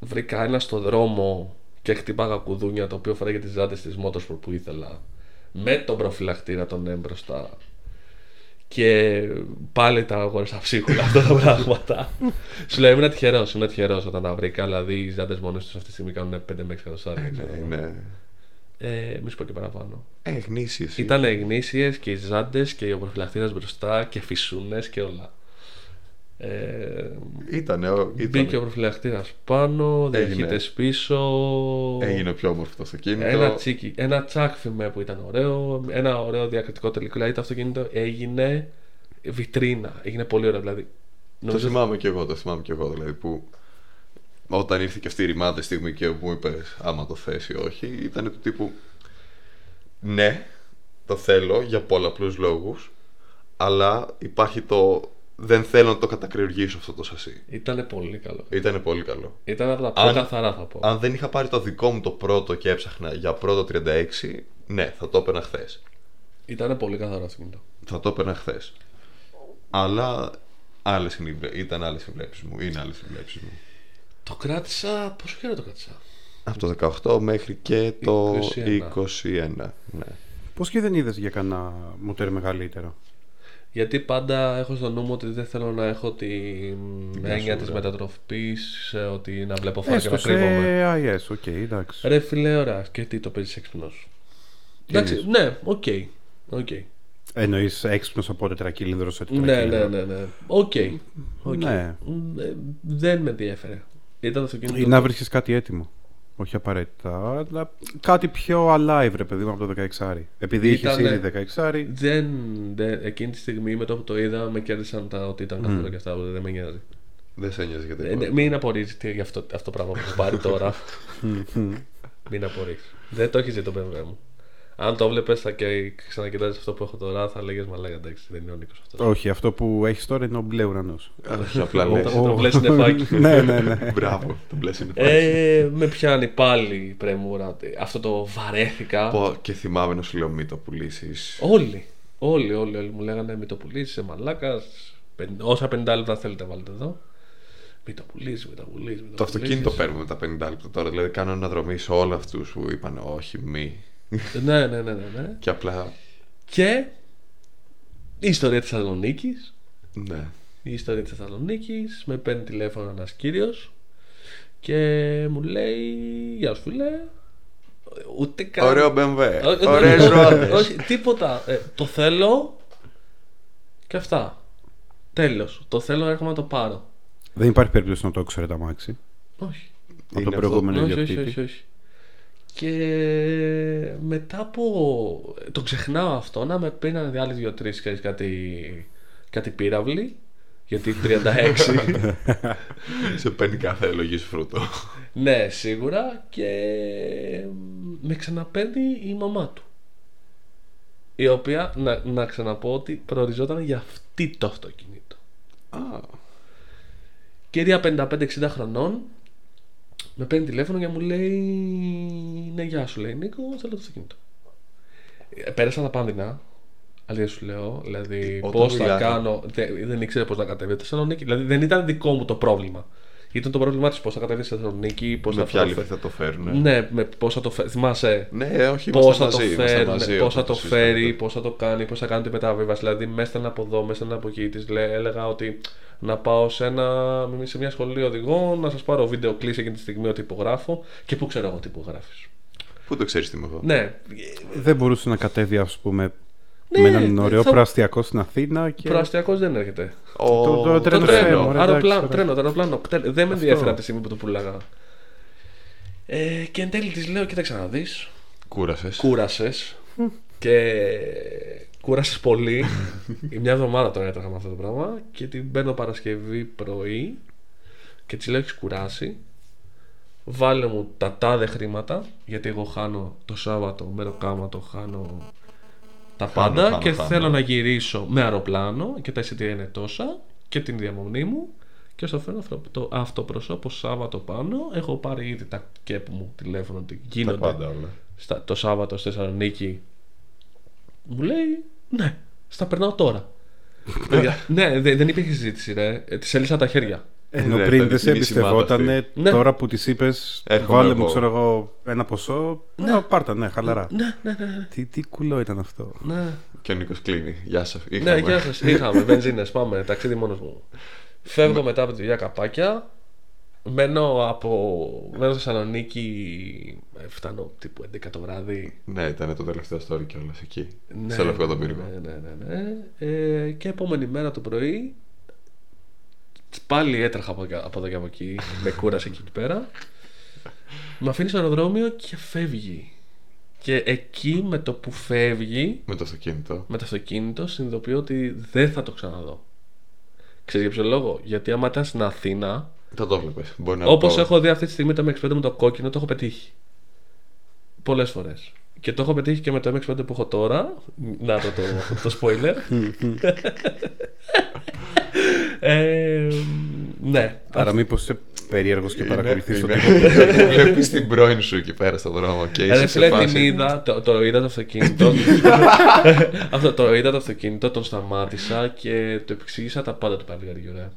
S3: βρήκα ένα στο δρόμο και χτυπάγα κουδούνια το οποίο φράγε τις ζάντες της Motorsport που ήθελα με τον προφυλακτήρα τον έμπροστα και πάλι τα αγόρασα ψίχουλα αυτά τα πράγματα. Σου λέω ήμουν τυχερός, ήμουν τυχερός όταν τα βρήκα, δηλαδή οι ζάντες μόνες τους αυτή τη στιγμή κάνουν 5 με 6 εκατοστάρια. ξέρω.
S1: Ναι, ναι.
S3: ε, μη σου πω και παραπάνω.
S1: Ε, γνήσεις.
S3: Ήταν γνήσιες και οι ζάντες και ο προφυλακτήρας μπροστά και φυσούνες και όλα. Ε,
S1: Ήτανε, ο- ήτανε.
S3: Μπήκε ο προφυλακτήρας πάνω, διηγητέ πίσω.
S1: Έγινε πιο όμορφος το αυτοκίνητο.
S3: Ένα, τσίκι, ένα τσάκφι με που ήταν ωραίο, ένα ωραίο διακριτικό τελικό. Δηλαδή το αυτοκίνητο έγινε βιτρίνα. Έγινε πολύ ωραίο. Δηλαδή.
S1: Το
S3: Νομίζω
S1: θυμάμαι και εγώ, το θυμάμαι και εγώ. Δηλαδή που όταν ήρθε και αυτή η ρημάδα στιγμή και μου είπες άμα το θες ή όχι, ήταν του τύπου ναι, το θέλω για πολλαπλούς λόγους, αλλά υπάρχει το δεν θέλω να το κατακριουργήσω αυτό το σασί.
S3: ήταν πολύ καλό.
S1: Ήταν πολύ καλό.
S3: Ήταν από τα πιο
S1: Αν-
S3: καθαρά θα πω.
S1: Αν δεν είχα πάρει το δικό μου το πρώτο και έψαχνα για πρώτο 36, ναι, θα το έπαιρνα χθες.
S3: Ήταν πολύ καθαρό αυτοκίνητο.
S1: Θα το έπαιρνα χθες. Αλλά άλλες είναι οι βλέ- ήταν άλλες οι βλέψεις μου. Είναι άλλες οι βλέψεις μου.
S3: Το κράτησα. Πόσο καιρό το κράτησα.
S1: Από το 18 μέχρι και το
S3: 21.
S1: 21. Ναι.
S2: Πώς και δεν είδες για κανένα μοτέρ μεγαλύτερο.
S3: Γιατί πάντα έχω στο νου μου ότι δεν θέλω να έχω την έννοια τη
S1: κασούρα.
S3: μετατροφής ε, ότι να βλέπω φάρκα
S2: Έστω
S3: να
S2: σε
S3: κρύβομαι.
S2: IS, οκ, εντάξει.
S3: Ρε φιλέ, ωραία. Και τι το παίζεις έξυπνος. Εντάξει, ναι, οκ. οκ.
S2: Εννοείς έξυπνος από τετρακύλινδρος σε
S3: Ναι,
S2: τετρακύλινδρο.
S3: ναι, ναι. ναι. Οκ. οκ.
S2: Ναι.
S3: Μ, ε, Δεν με ενδιέφερε. Ήταν το
S2: Ή
S3: αυτοκίνητο.
S2: Ε, να βρίσκεις κάτι έτοιμο. Όχι απαραίτητα, αλλά κάτι πιο alive, ρε παιδί μου, από το 16. Επειδή είχε
S3: Ήτανε-
S2: ήδη 16.
S3: Δεν, δεν, εκείνη τη στιγμή με το που το είδα με κέρδισαν τα ότι ήταν καθόλου και αυτά, οπότε δεν με νοιάζει.
S1: Δεν σε νοιάζει για
S3: Ε, ναι,
S1: τίποτα.
S3: μην απορρίζει τι, για αυτό, αυτό το πράγμα που έχω πάρει τώρα. μην απορρίζει. Δεν το έχεις δει το BMW μου. Αν το βλέπε και ξανακοιτάζεις αυτό που έχω τώρα, θα λέγες Μαλάκα εντάξει, δεν είναι ο Νίκος αυτός.
S2: Όχι, αυτό που έχεις τώρα είναι ο μπλε ουρανός.
S1: Όχι, απλά λε.
S3: Όταν το βλέπει νεφάκι.
S2: ναι, ναι, ναι.
S1: Μπράβο, το μπλε είναι πάλι.
S3: Ε, με πιάνει πάλι η πρεμούρα. Αυτό το βαρέθηκα.
S1: Πω, Και θυμάμαι να σου λέω μη το πουλήσεις.
S3: Όλοι, όλοι, όλοι, όλοι μου λέγανε μην το πουλήσεις, είσαι μαλάκας. Όσα 50 λεπτά θέλετε, βάλτε εδώ. Μην το πουλήσεις, μην το πουλήσεις.
S1: Το αυτοκίνητο παίρνουμε τα 50 λεπτά τώρα. Δηλαδή κάνω αναδρομή σε όλου αυτούς που είπαν όχι, μη.
S3: Ναι, ναι, ναι, ναι. ναι.
S1: Και απλά.
S3: Και η ιστορία της Θεσσαλονίκης.
S1: Ναι.
S3: Η ιστορία της Θεσσαλονίκης. Με παίρνει τηλέφωνο ένας κύριος και μου λέει: Γεια σου, φίλε. Ούτε καν.
S1: Ωραίο BMW.
S3: Ό- ό-
S1: Ωραίε
S3: όχι,
S1: ρόδε.
S3: ε, Όχι, τίποτα. Ε, το θέλω και αυτά. Τέλος. Το θέλω, έρχομαι να το πάρω.
S2: Δεν υπάρχει περίπτωση να το ήξερε τα μάξι.
S3: Όχι.
S2: Από τον προηγούμενο
S3: Όχι, όχι,
S2: ιδιοκτήτη.
S3: όχι, όχι. Και μετά από. ε, Το ξεχνάω αυτό να με πήραν οι άλλοι δύο-τρει κάτι, κάτι πύραυλοι. Γιατί 36.
S1: Σε παίρνει κάθε ελογή φρούτο.
S3: ναι, σίγουρα. Και με ξαναπαίρνει η μαμά του. Η οποία, να, να ξαναπώ ότι προοριζόταν για αυτή το αυτοκίνητο.
S1: Α,
S3: Κυρία 55-60 χρονών με παίρνει τηλέφωνο και μου λέει Ναι, γεια σου, λέει Νίκο, θέλω το αυτοκίνητο. Ε, Πέρασα τα πάνδυνα. Αλήθεια σου λέω. Δηλαδή,
S1: Ε, Όταν
S3: πώς θα
S1: μιλάμε.
S3: κάνω. Δεν, δεν ήξερα πώς να κατέβει στη Θεσσαλονίκη. Δηλαδή, δεν ήταν δικό μου το πρόβλημα. Ήταν το πρόβλημά της πώς θα κατέβει στη Θεσσαλονίκη, πώς
S1: με
S3: θα
S1: ποια
S3: το
S1: άλλη
S3: φε-
S1: θα το φέρουν.
S3: Ναι, με πώς θα το φε- Θυμάσαι
S1: Ναι, όχι,
S3: πώ
S1: ήμασταν
S3: θα το
S1: μαζί. ήμασταν μαζί
S3: φέρει, πώς θα
S1: όταν
S3: το
S1: συζητάμε.
S3: φέρει, πώς θα το κάνει, πώς θα κάνει τη μετάβιβαση. Δηλαδή, μες έστελνε από εδώ, μες έστελνε από εκεί. Της έλεγα ότι να πάω σε, ένα, σε μια σχολή οδηγών, να σας πάρω βίντεο κλίση εκείνη τη στιγμή ότι υπογράφω. Και πού ξέρω εγώ τι υπογράφεις.
S1: Πού το ξέρεις τι είμαι εγώ.
S3: Ναι,
S2: Δεν μπορούσε να κατέβει, ας πούμε,
S3: Ναι,
S2: με έναν ωραίο
S3: θα-
S2: προαστιακό στην Αθήνα και.
S3: προαστιακός δεν έρχεται.
S1: Ο-
S2: Το- το τρένο
S3: το
S2: φέρνω,
S3: τρένο.
S2: ωραία,
S3: Αεροπλάνο,
S2: εντάξει,
S3: τρένο, το αεροπλάνο. κτέλ. Δεν με ενδιαφέραν τη στιγμή που το πουλάγα. Ε, και εν τέλει της λέω, κοίταξε να δεις.
S1: Κούρασες.
S3: Κούρασες. και κούρασες πολύ. Μια εβδομάδα τώρα έτρεχα με αυτό το πράγμα και την μπαίνω Παρασκευή πρωί και της λέω: Έχεις κουράσει. Βάλε μου τα τάδε χρήματα γιατί εγώ χάνω το Σάββατο μεροκάμα, το χάνω τα πάντα
S1: χάνω,
S3: και
S1: χάνω.
S3: θέλω να γυρίσω με αεροπλάνο και τα εισιτήρια είναι τόσα και την διαμονή μου και στο φέρνω αυτό- το αυτοπροσώπο Σάββατο πάνω έχω πάρει ήδη τα κέπ μου τηλέφωνο ότι
S1: Τα
S3: γίνονται
S1: πάντα όλα.
S3: στα, το Σάββατο στη Θεσσαλονίκη. Μου λέει, ναι, στα περνάω τώρα. Παιδιά, ναι, δε- δεν υπήρχε συζήτηση, ρε. Ε, Της έλυσα τα χέρια.
S2: Ενώ
S1: Ναι,
S2: πριν
S1: ήταν
S2: δεν σε
S1: κοινή σημάδα
S2: εμπιστευόταν,
S1: αυτή.
S3: Ναι.
S2: τώρα που τη είπες,
S1: Έρχομαι
S2: βάλε μου,
S1: εγώ.
S2: ξέρω εγώ, ένα ποσό. Ναι, πάρτα, ναι, χαλαρά.
S3: Ναι, ναι, ναι. ναι.
S2: Τι, τι κουλό ήταν αυτό.
S3: Ναι,
S1: Και ο Νίκος κλείνει. Γεια σας.
S3: ναι γεια σας. Είχαμε βενζίνες, πάμε. Ταξίδι μόνος μου. Φεύγω μετά από τη δουλειά καπάκια. Μένω από. Μένω στη Θεσσαλονίκη. ε, Φτάνω τύπου 11 το βράδυ.
S1: Ναι, ήταν το τελευταίο story κιόλας εκεί.
S3: Ναι,
S1: Σε λευκό το πύργο.
S3: Ναι, ναι, ναι. ναι. Ε, και επόμενη μέρα το πρωί πάλι έτρεχα από, εκα- από εδώ και από εκεί. με κούρασε εκεί πέρα. Με αφήνει στο αεροδρόμιο και φεύγει. Και εκεί με το που φεύγει
S1: Με το αυτοκίνητο.
S3: με το αυτοκίνητο συνειδητοποιώ ότι δεν θα το ξαναδώ. Ξέρεις για ποιο λόγο. Γιατί άμα ήταν στην Αθήνα,
S1: Θα το βλέπε. Μπορεί να
S3: Όπως
S1: το-
S3: έχω δει αυτή τη στιγμή το MX5 με το κόκκινο, το έχω πετύχει. Πολλές φορές. Και το έχω πετύχει και με το MX5 που έχω τώρα. Να το, το, το spoiler. ε, ναι.
S2: Άρα, μήπως είσαι περίεργος και παρακολουθείς το
S1: Είναι-
S2: τύπο.
S1: Βλέπεις την πρώην σου εκεί πέρα στον δρόμο και
S3: Ρε
S1: είσαι σε
S3: φίλε, την
S1: φάση.
S3: είδα, το, το είδα το αυτοκίνητο. Αυτό το είδα το αυτοκίνητο, τον σταμάτησα και του επεξήγησα τα πάντα του παλικαριού. ρε.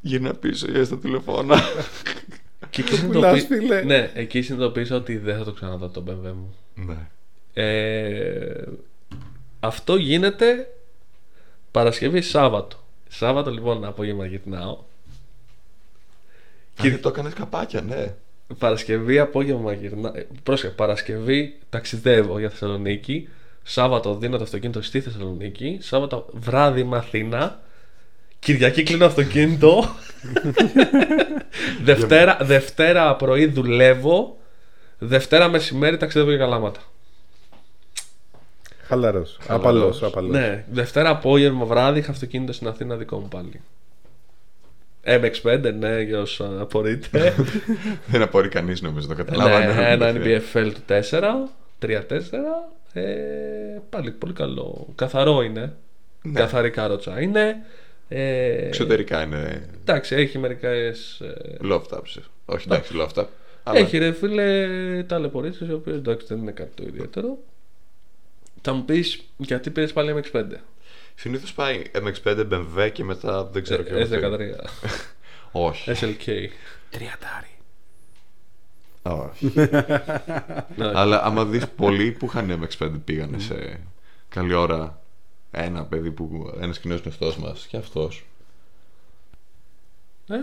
S1: Γυρνά πίσω, είσαι στα τηλεφώνα.
S3: Και εκεί,
S2: Το πουλάς,
S3: συνειδητοποιη-
S2: φίλε.
S3: ναι, εκεί συνειδητοποίησα ότι δεν θα το ξαναδώ το BMW μου.
S1: Ναι.
S3: Ε, αυτό γίνεται Παρασκευή Σάββατο. Σάββατο λοιπόν απόγευμα γυρνάω.
S1: Και Ε, το έκανες καπάκια, ναι.
S3: Παρασκευή απόγευμα γυρνάω. Πρόσεχε, Παρασκευή ταξιδεύω για Θεσσαλονίκη. Σάββατο δίνω το αυτοκίνητο στη Θεσσαλονίκη. Σάββατο βράδυ είμαι Αθήνα. Κυριακή κλείνω αυτοκίνητο. Δευτέρα, Δευτέρα πρωί δουλεύω. Δευτέρα μεσημέρι ταξιδεύω για καλάματα.
S2: Χαλαρός. Απαλός. απαλός.
S3: Ναι, Δευτέρα απόγευμα βράδυ είχα αυτοκίνητο στην Αθήνα δικό μου πάλι. MX5, ναι, για όσου απορείτε.
S1: Δεν απορεί κανείς νομίζω το
S3: ναι,
S1: καταλάβανε.
S3: ένα NBFL του 4, 3-4. Ε, πάλι πολύ καλό. Καθαρό είναι.
S1: Ναι.
S3: Καθαρή καρότσα είναι. Ε,
S1: Εξωτερικά είναι
S3: Εντάξει, έχει μερικές ε,
S1: loft ups. Όχι εντάξει, loft up. Αλλά
S3: Ναι. Έχει ρε φίλε ταλαιπωρήσεις οι οποίες εντάξει δεν είναι κάτι το ιδιαίτερο. Θα μου πεις γιατί πήρες πάλι MX5.
S1: συνήθως πάει MX5, BMW και μετά Ε, δεν
S3: Ε,
S1: Ε, ξέρω και εγώ τι.
S3: S13.
S1: Όχι.
S3: SLK.
S2: Τριαντάρι.
S1: Όχι.
S3: Ναι.
S1: Αλλά άμα δεις πολλοί που είχαν MX5 πήγανε σε καλή ώρα ένα παιδί που. ένας κοινός γνωστός μας και αυτός.
S3: Ε?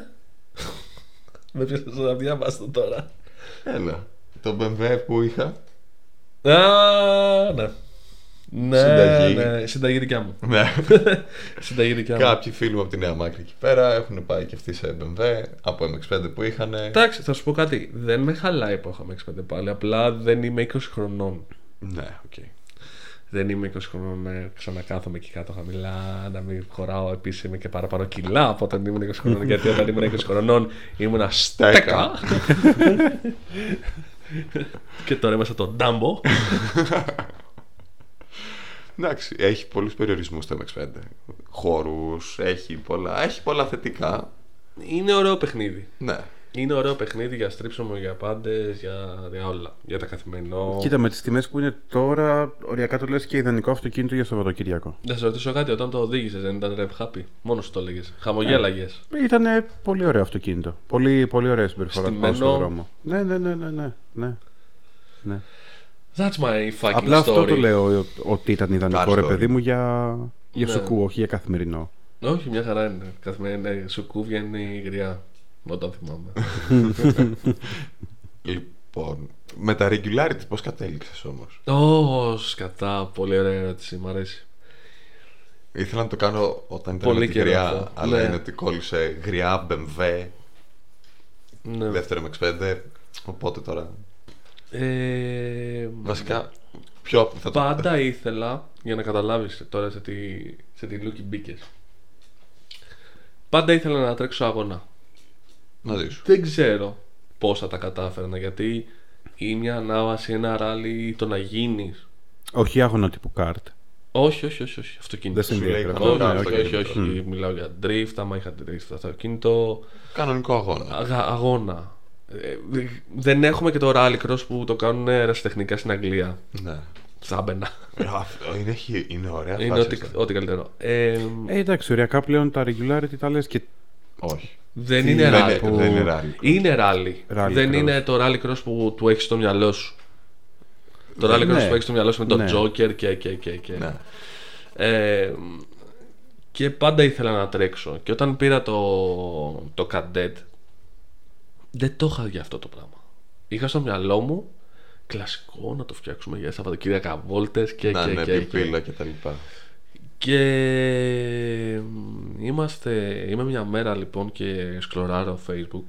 S3: Με πιάσε να διαβάσω τώρα.
S1: Έλα. Το BMW που είχα.
S3: Α, ναι. Ναι,
S1: Συνταγή.
S3: ναι, συνταγή δικιά μου.
S1: Ναι.
S3: συνταγή δικιά μου.
S1: Κάποιοι φίλοι μου από τη Νέα Μάκρη εκεί πέρα έχουν πάει και αυτοί σε BMW από MX5 που είχαν.
S3: Εντάξει, θα σου πω κάτι. Δεν με χαλάει που έχω MX5 πάλι. Απλά δεν είμαι 20 χρονών.
S1: Ναι, οκ.
S3: Δεν είμαι 20 χρονών να ξανακάθομαι εκεί κάτω χαμηλά, να μην χωράω επίσημα και παραπάνω κιλά από όταν ήμουν 20 χρονών. γιατί όταν ήμουν 20 χρονών ήμουν στέκα. και τώρα είμαστε τον Ντάμπο.
S1: Εντάξει, έχει πολλούς περιορισμούς το MX5. Χώρου, έχει πολλά. Έχει πολλά θετικά.
S3: Είναι ωραίο παιχνίδι.
S1: Ναι.
S3: Είναι ωραίο παιχνίδι για στρίψιμο, για πάντες, για, για όλα. Για τα καθημερινό.
S2: Κοίτα, με τις τιμές που είναι τώρα, οριακά το λες και ιδανικό αυτοκίνητο για Σαββατοκύριακο.
S3: Να σε ρωτήσω κάτι, όταν το οδήγησες, δεν ήταν rev happy. Μόνος σου το έλεγες. Χαμογέλαγες.
S2: Ε. Ήταν πολύ ωραίο αυτοκίνητο. Πολύ, πολύ ωραία συμπεριφορά
S3: Στημένο.
S2: πάνω στον δρόμο. Ναι, ναι, ναι, ναι. ναι, ναι. ναι.
S3: That's my fucking
S2: Απλά
S3: story.
S2: αυτό το λέω ο- ότι ήταν ιδανικό,
S1: Car
S2: ρε
S1: story.
S2: παιδί μου, για, για
S3: Ναι.
S2: σοκού, όχι για καθημερινό.
S3: Όχι, μια χαρά είναι. Καθημερινά σου κου βγαίνει η γριά. Όταν θυμάμαι.
S1: Λοιπόν, με τα regularity πώς κατέληξες όμως.
S3: Ω, σκατά. Πολύ ωραία ερώτηση. Μ' αρέσει.
S1: Ήθελα να το κάνω όταν ήταν
S3: Πολύ
S1: με τη
S3: καιρό
S1: γριά,
S3: αυτό.
S1: αλλά
S3: Ναι.
S1: είναι ότι κόλλησε γριά, BMW,
S3: Ναι.
S1: δεύτερο MX5. Οπότε τώρα.
S3: Ε,
S1: Βασικά, ποιο θα το
S3: Πάντα ήθελα, για να καταλάβεις τώρα σε τι, σε τι λούκι μπήκες Πάντα ήθελα να τρέξω αγώνα
S1: να ζήσω.
S3: Δεν ξέρω πώς θα τα κατάφερνα γιατί ή μια ανάβαση, ένα ράλι, το να γίνεις
S2: Όχι άγωνα τύπου κάρτ.
S3: Όχι, όχι, όχι, όχι. αυτοκίνητο
S2: Δεν συμβαίνει.
S1: λέει
S2: Κανονικά
S3: Όχι,
S1: κανονικά
S3: Ναι, όχι, όχι,
S1: αυτοκίνητο.
S3: όχι. Μιλάω για drift, άμα είχα drift αυτοκίνητο
S1: Κανονικό αγώνα.
S3: αγα- αγώνα Ε, δε- δεν έχουμε και το rally cross που το κάνουν ερασιτεχνικά στην Αγγλία.
S1: Ναι.
S3: Θα μπαινα.
S1: Αυτό είναι, χι- είναι ωραία
S3: Είναι
S1: φράση
S3: ό,τι,
S1: αυτό.
S3: ό,τι καλύτερο. Ε,
S2: Ε, εντάξει, οριακά πλέον τα regularity τα λες και.
S1: Όχι.
S3: δεν είναι
S1: δεν,
S3: rally.
S1: είναι- δεν είναι ράλι.
S3: Είναι ράλι.
S2: Rally
S3: δεν
S2: cross.
S3: είναι το rally cross που του έχεις στο μυαλό σου. Το rally cross
S2: Ναι.
S3: που έχεις στο μυαλό σου με τον
S2: Ναι.
S3: Joker και. και, και, και.
S1: Ναι.
S3: Ε, και πάντα ήθελα να τρέξω. Και όταν πήρα το, το cadet, δεν το είχα για αυτό το πράγμα. Είχα στο μυαλό μου κλασικό να το φτιάξουμε για Σαββατοκύριακα βόλτες και,
S1: Να
S3: και,
S1: είναι
S3: και, και,
S1: επιπύλα ναι, και τα λοιπά.
S3: και είμαστε, είμαι μια μέρα λοιπόν και σκλωράρω facebook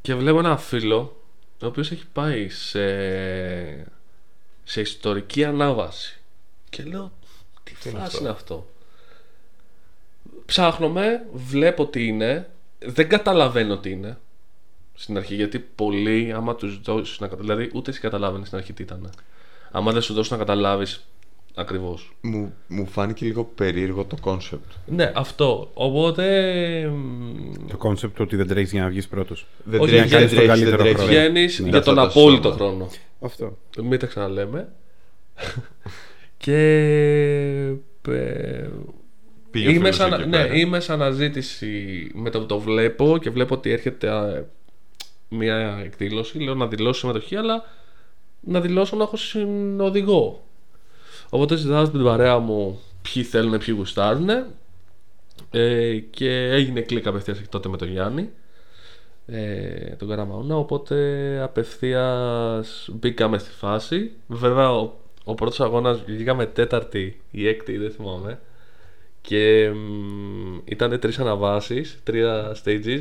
S3: και βλέπω ένα φίλο ο οποίος έχει πάει σε, σε ιστορική ανάβαση και λέω τι
S1: είναι
S3: φάση
S1: αυτό?»
S3: είναι αυτό ψάχνομαι, βλέπω τι είναι δεν καταλαβαίνω τι είναι στην αρχή γιατί πολλοί άμα τους δώσεις να καταλάβει δηλαδή ούτε εσύ καταλάβαινες στην αρχή τι ήταν άμα δεν σου δώσουν να καταλάβεις ακριβώς
S1: Μου, μου φάνηκε λίγο περίεργο το κόνσεπτ.
S3: ναι, αυτό. Οπότε. εμ,
S2: Το κόνσεπτ ότι δεν τρέχεις για να βγεις πρώτος.
S1: Δεν
S3: Όχι,
S1: τρέχεις,
S3: για
S1: δεν
S2: τον
S1: τρέχεις, δεν
S2: καλύτερο
S1: τρέχεις.
S2: χρόνο. Ωραία.
S3: Βγαίνει
S1: Ναι.
S3: για τον
S1: Αυτό το
S3: απόλυτο
S1: σώμα.
S3: χρόνο.
S2: Αυτό.
S3: Μην τα ξαναλέμε. και. ε,
S1: Πήγε ο
S3: Είμαι
S1: φίλος
S3: σαν,
S1: εκεί
S3: ναι,
S1: πέρα.
S3: είμαι σαν αναζήτηση με το που το βλέπω και βλέπω ότι έρχεται ε, μια εκδήλωση. Λέω να δηλώσω συμμετοχή, αλλά να δηλώσω να έχω συνοδηγό. Οπότε συζητάω στην παρέα μου ποιοι θέλουν, ποιοι γουστάρουν. Ε, και έγινε κλικ απευθείας τότε με τον Γιάννη, ε, τον Καραμαούνα. Οπότε απευθείας μπήκαμε στη φάση. Βέβαια, ο, ο πρώτος αγώνας βγήκαμε τέταρτη ή έκτη, δεν θυμάμαι. Και ήταν τρεις αναβάσεις, τρία stages.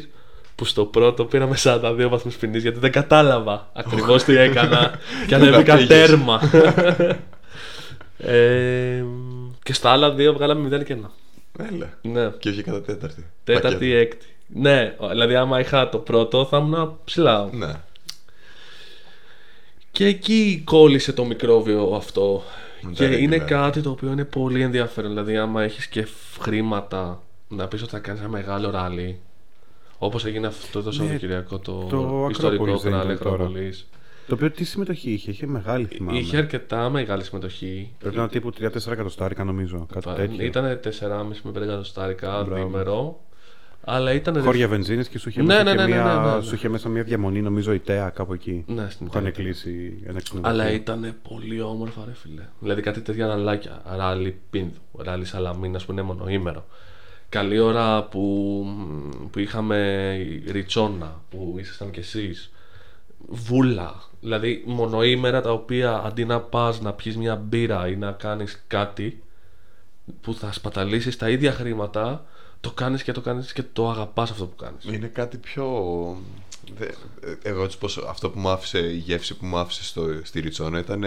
S3: Που στο πρώτο πήραμε 42 βαθμούς ποινής γιατί δεν κατάλαβα ακριβώς τι έκανα. και
S1: Πού τα
S3: ανέβηκα
S1: πήγες.
S3: τέρμα. ε, και στα άλλα δύο βγάλαμε 0 και 1.
S1: Έλα.
S3: Ναι.
S1: Και όχι κατά τέταρτη.
S3: Τέταρτη ή
S1: Πακέτο.
S3: έκτη. ε. Ναι, δηλαδή άμα είχα το πρώτο θα ήμουν ψηλά.
S1: Ναι.
S3: Και εκεί κόλλησε το μικρόβιο αυτό.
S1: Μετά
S3: Και
S1: ρε,
S3: είναι
S1: ναι.
S3: κάτι το οποίο είναι πολύ ενδιαφέρον. Δηλαδή, άμα έχεις και χρήματα να πεις ότι θα κάνεις ένα μεγάλο ράλι. Όπως έγινε αυτό το Σαββατοκυριακό, το,
S2: Ναι, το
S3: ιστορικό
S2: Ακρόπολης δεν
S3: ράλι
S2: ήταν τώρα.
S3: Ακρόπολης.
S2: Το οποίο τι συμμετοχή είχε, είχε μεγάλη θυμάμαι.
S3: Είχε αρκετά μεγάλη συμμετοχή.
S2: Πρέπει να είναι τύπου 3-4 εκατοστάρικα νομίζω. Κάτι τέτοιο.
S3: Ήταν 4,5 με 5 εκατοστάρικα
S2: Μπράβο.
S3: διήμερο. Αλλά ήταν. ρε-
S2: Χώρια βενζίνης και σου είχε,
S3: Ναι,
S2: μέσα
S3: ναι,
S2: και
S3: ναι, ναι,
S2: μια-
S3: ναι, ναι, ναι.
S2: σου είχε μέσα μια διαμονή, νομίζω η ΤΕΑ κάπου εκεί.
S3: Ναι, στην
S2: που είχαν
S3: Ιταλία.
S2: κλείσει ένα ξενοδοχείο.
S3: Αλλά ήταν πολύ όμορφα, ρε φίλε. Δηλαδή κάτι τέτοια ραλάκια. Ράλι Πίνδου, ράλι Σαλαμίνας που είναι μονοήμερο. Καλή ώρα που, που είχαμε Ριτσόνα που ήσασταν κι εσείς Βούλα. Δηλαδή μονοήμερα τα οποία αντί να πας να πιεις μια μπύρα ή να κάνεις κάτι που θα σπαταλήσεις τα ίδια χρήματα το κάνεις και το κάνεις και το αγαπάς αυτό που κάνεις.
S1: Είναι κάτι πιο. δε- ε, Εγώ έτσι πως αυτό που μου άφησε, η γεύση που μου άφησε στο, στη Ριτσόνα ήταν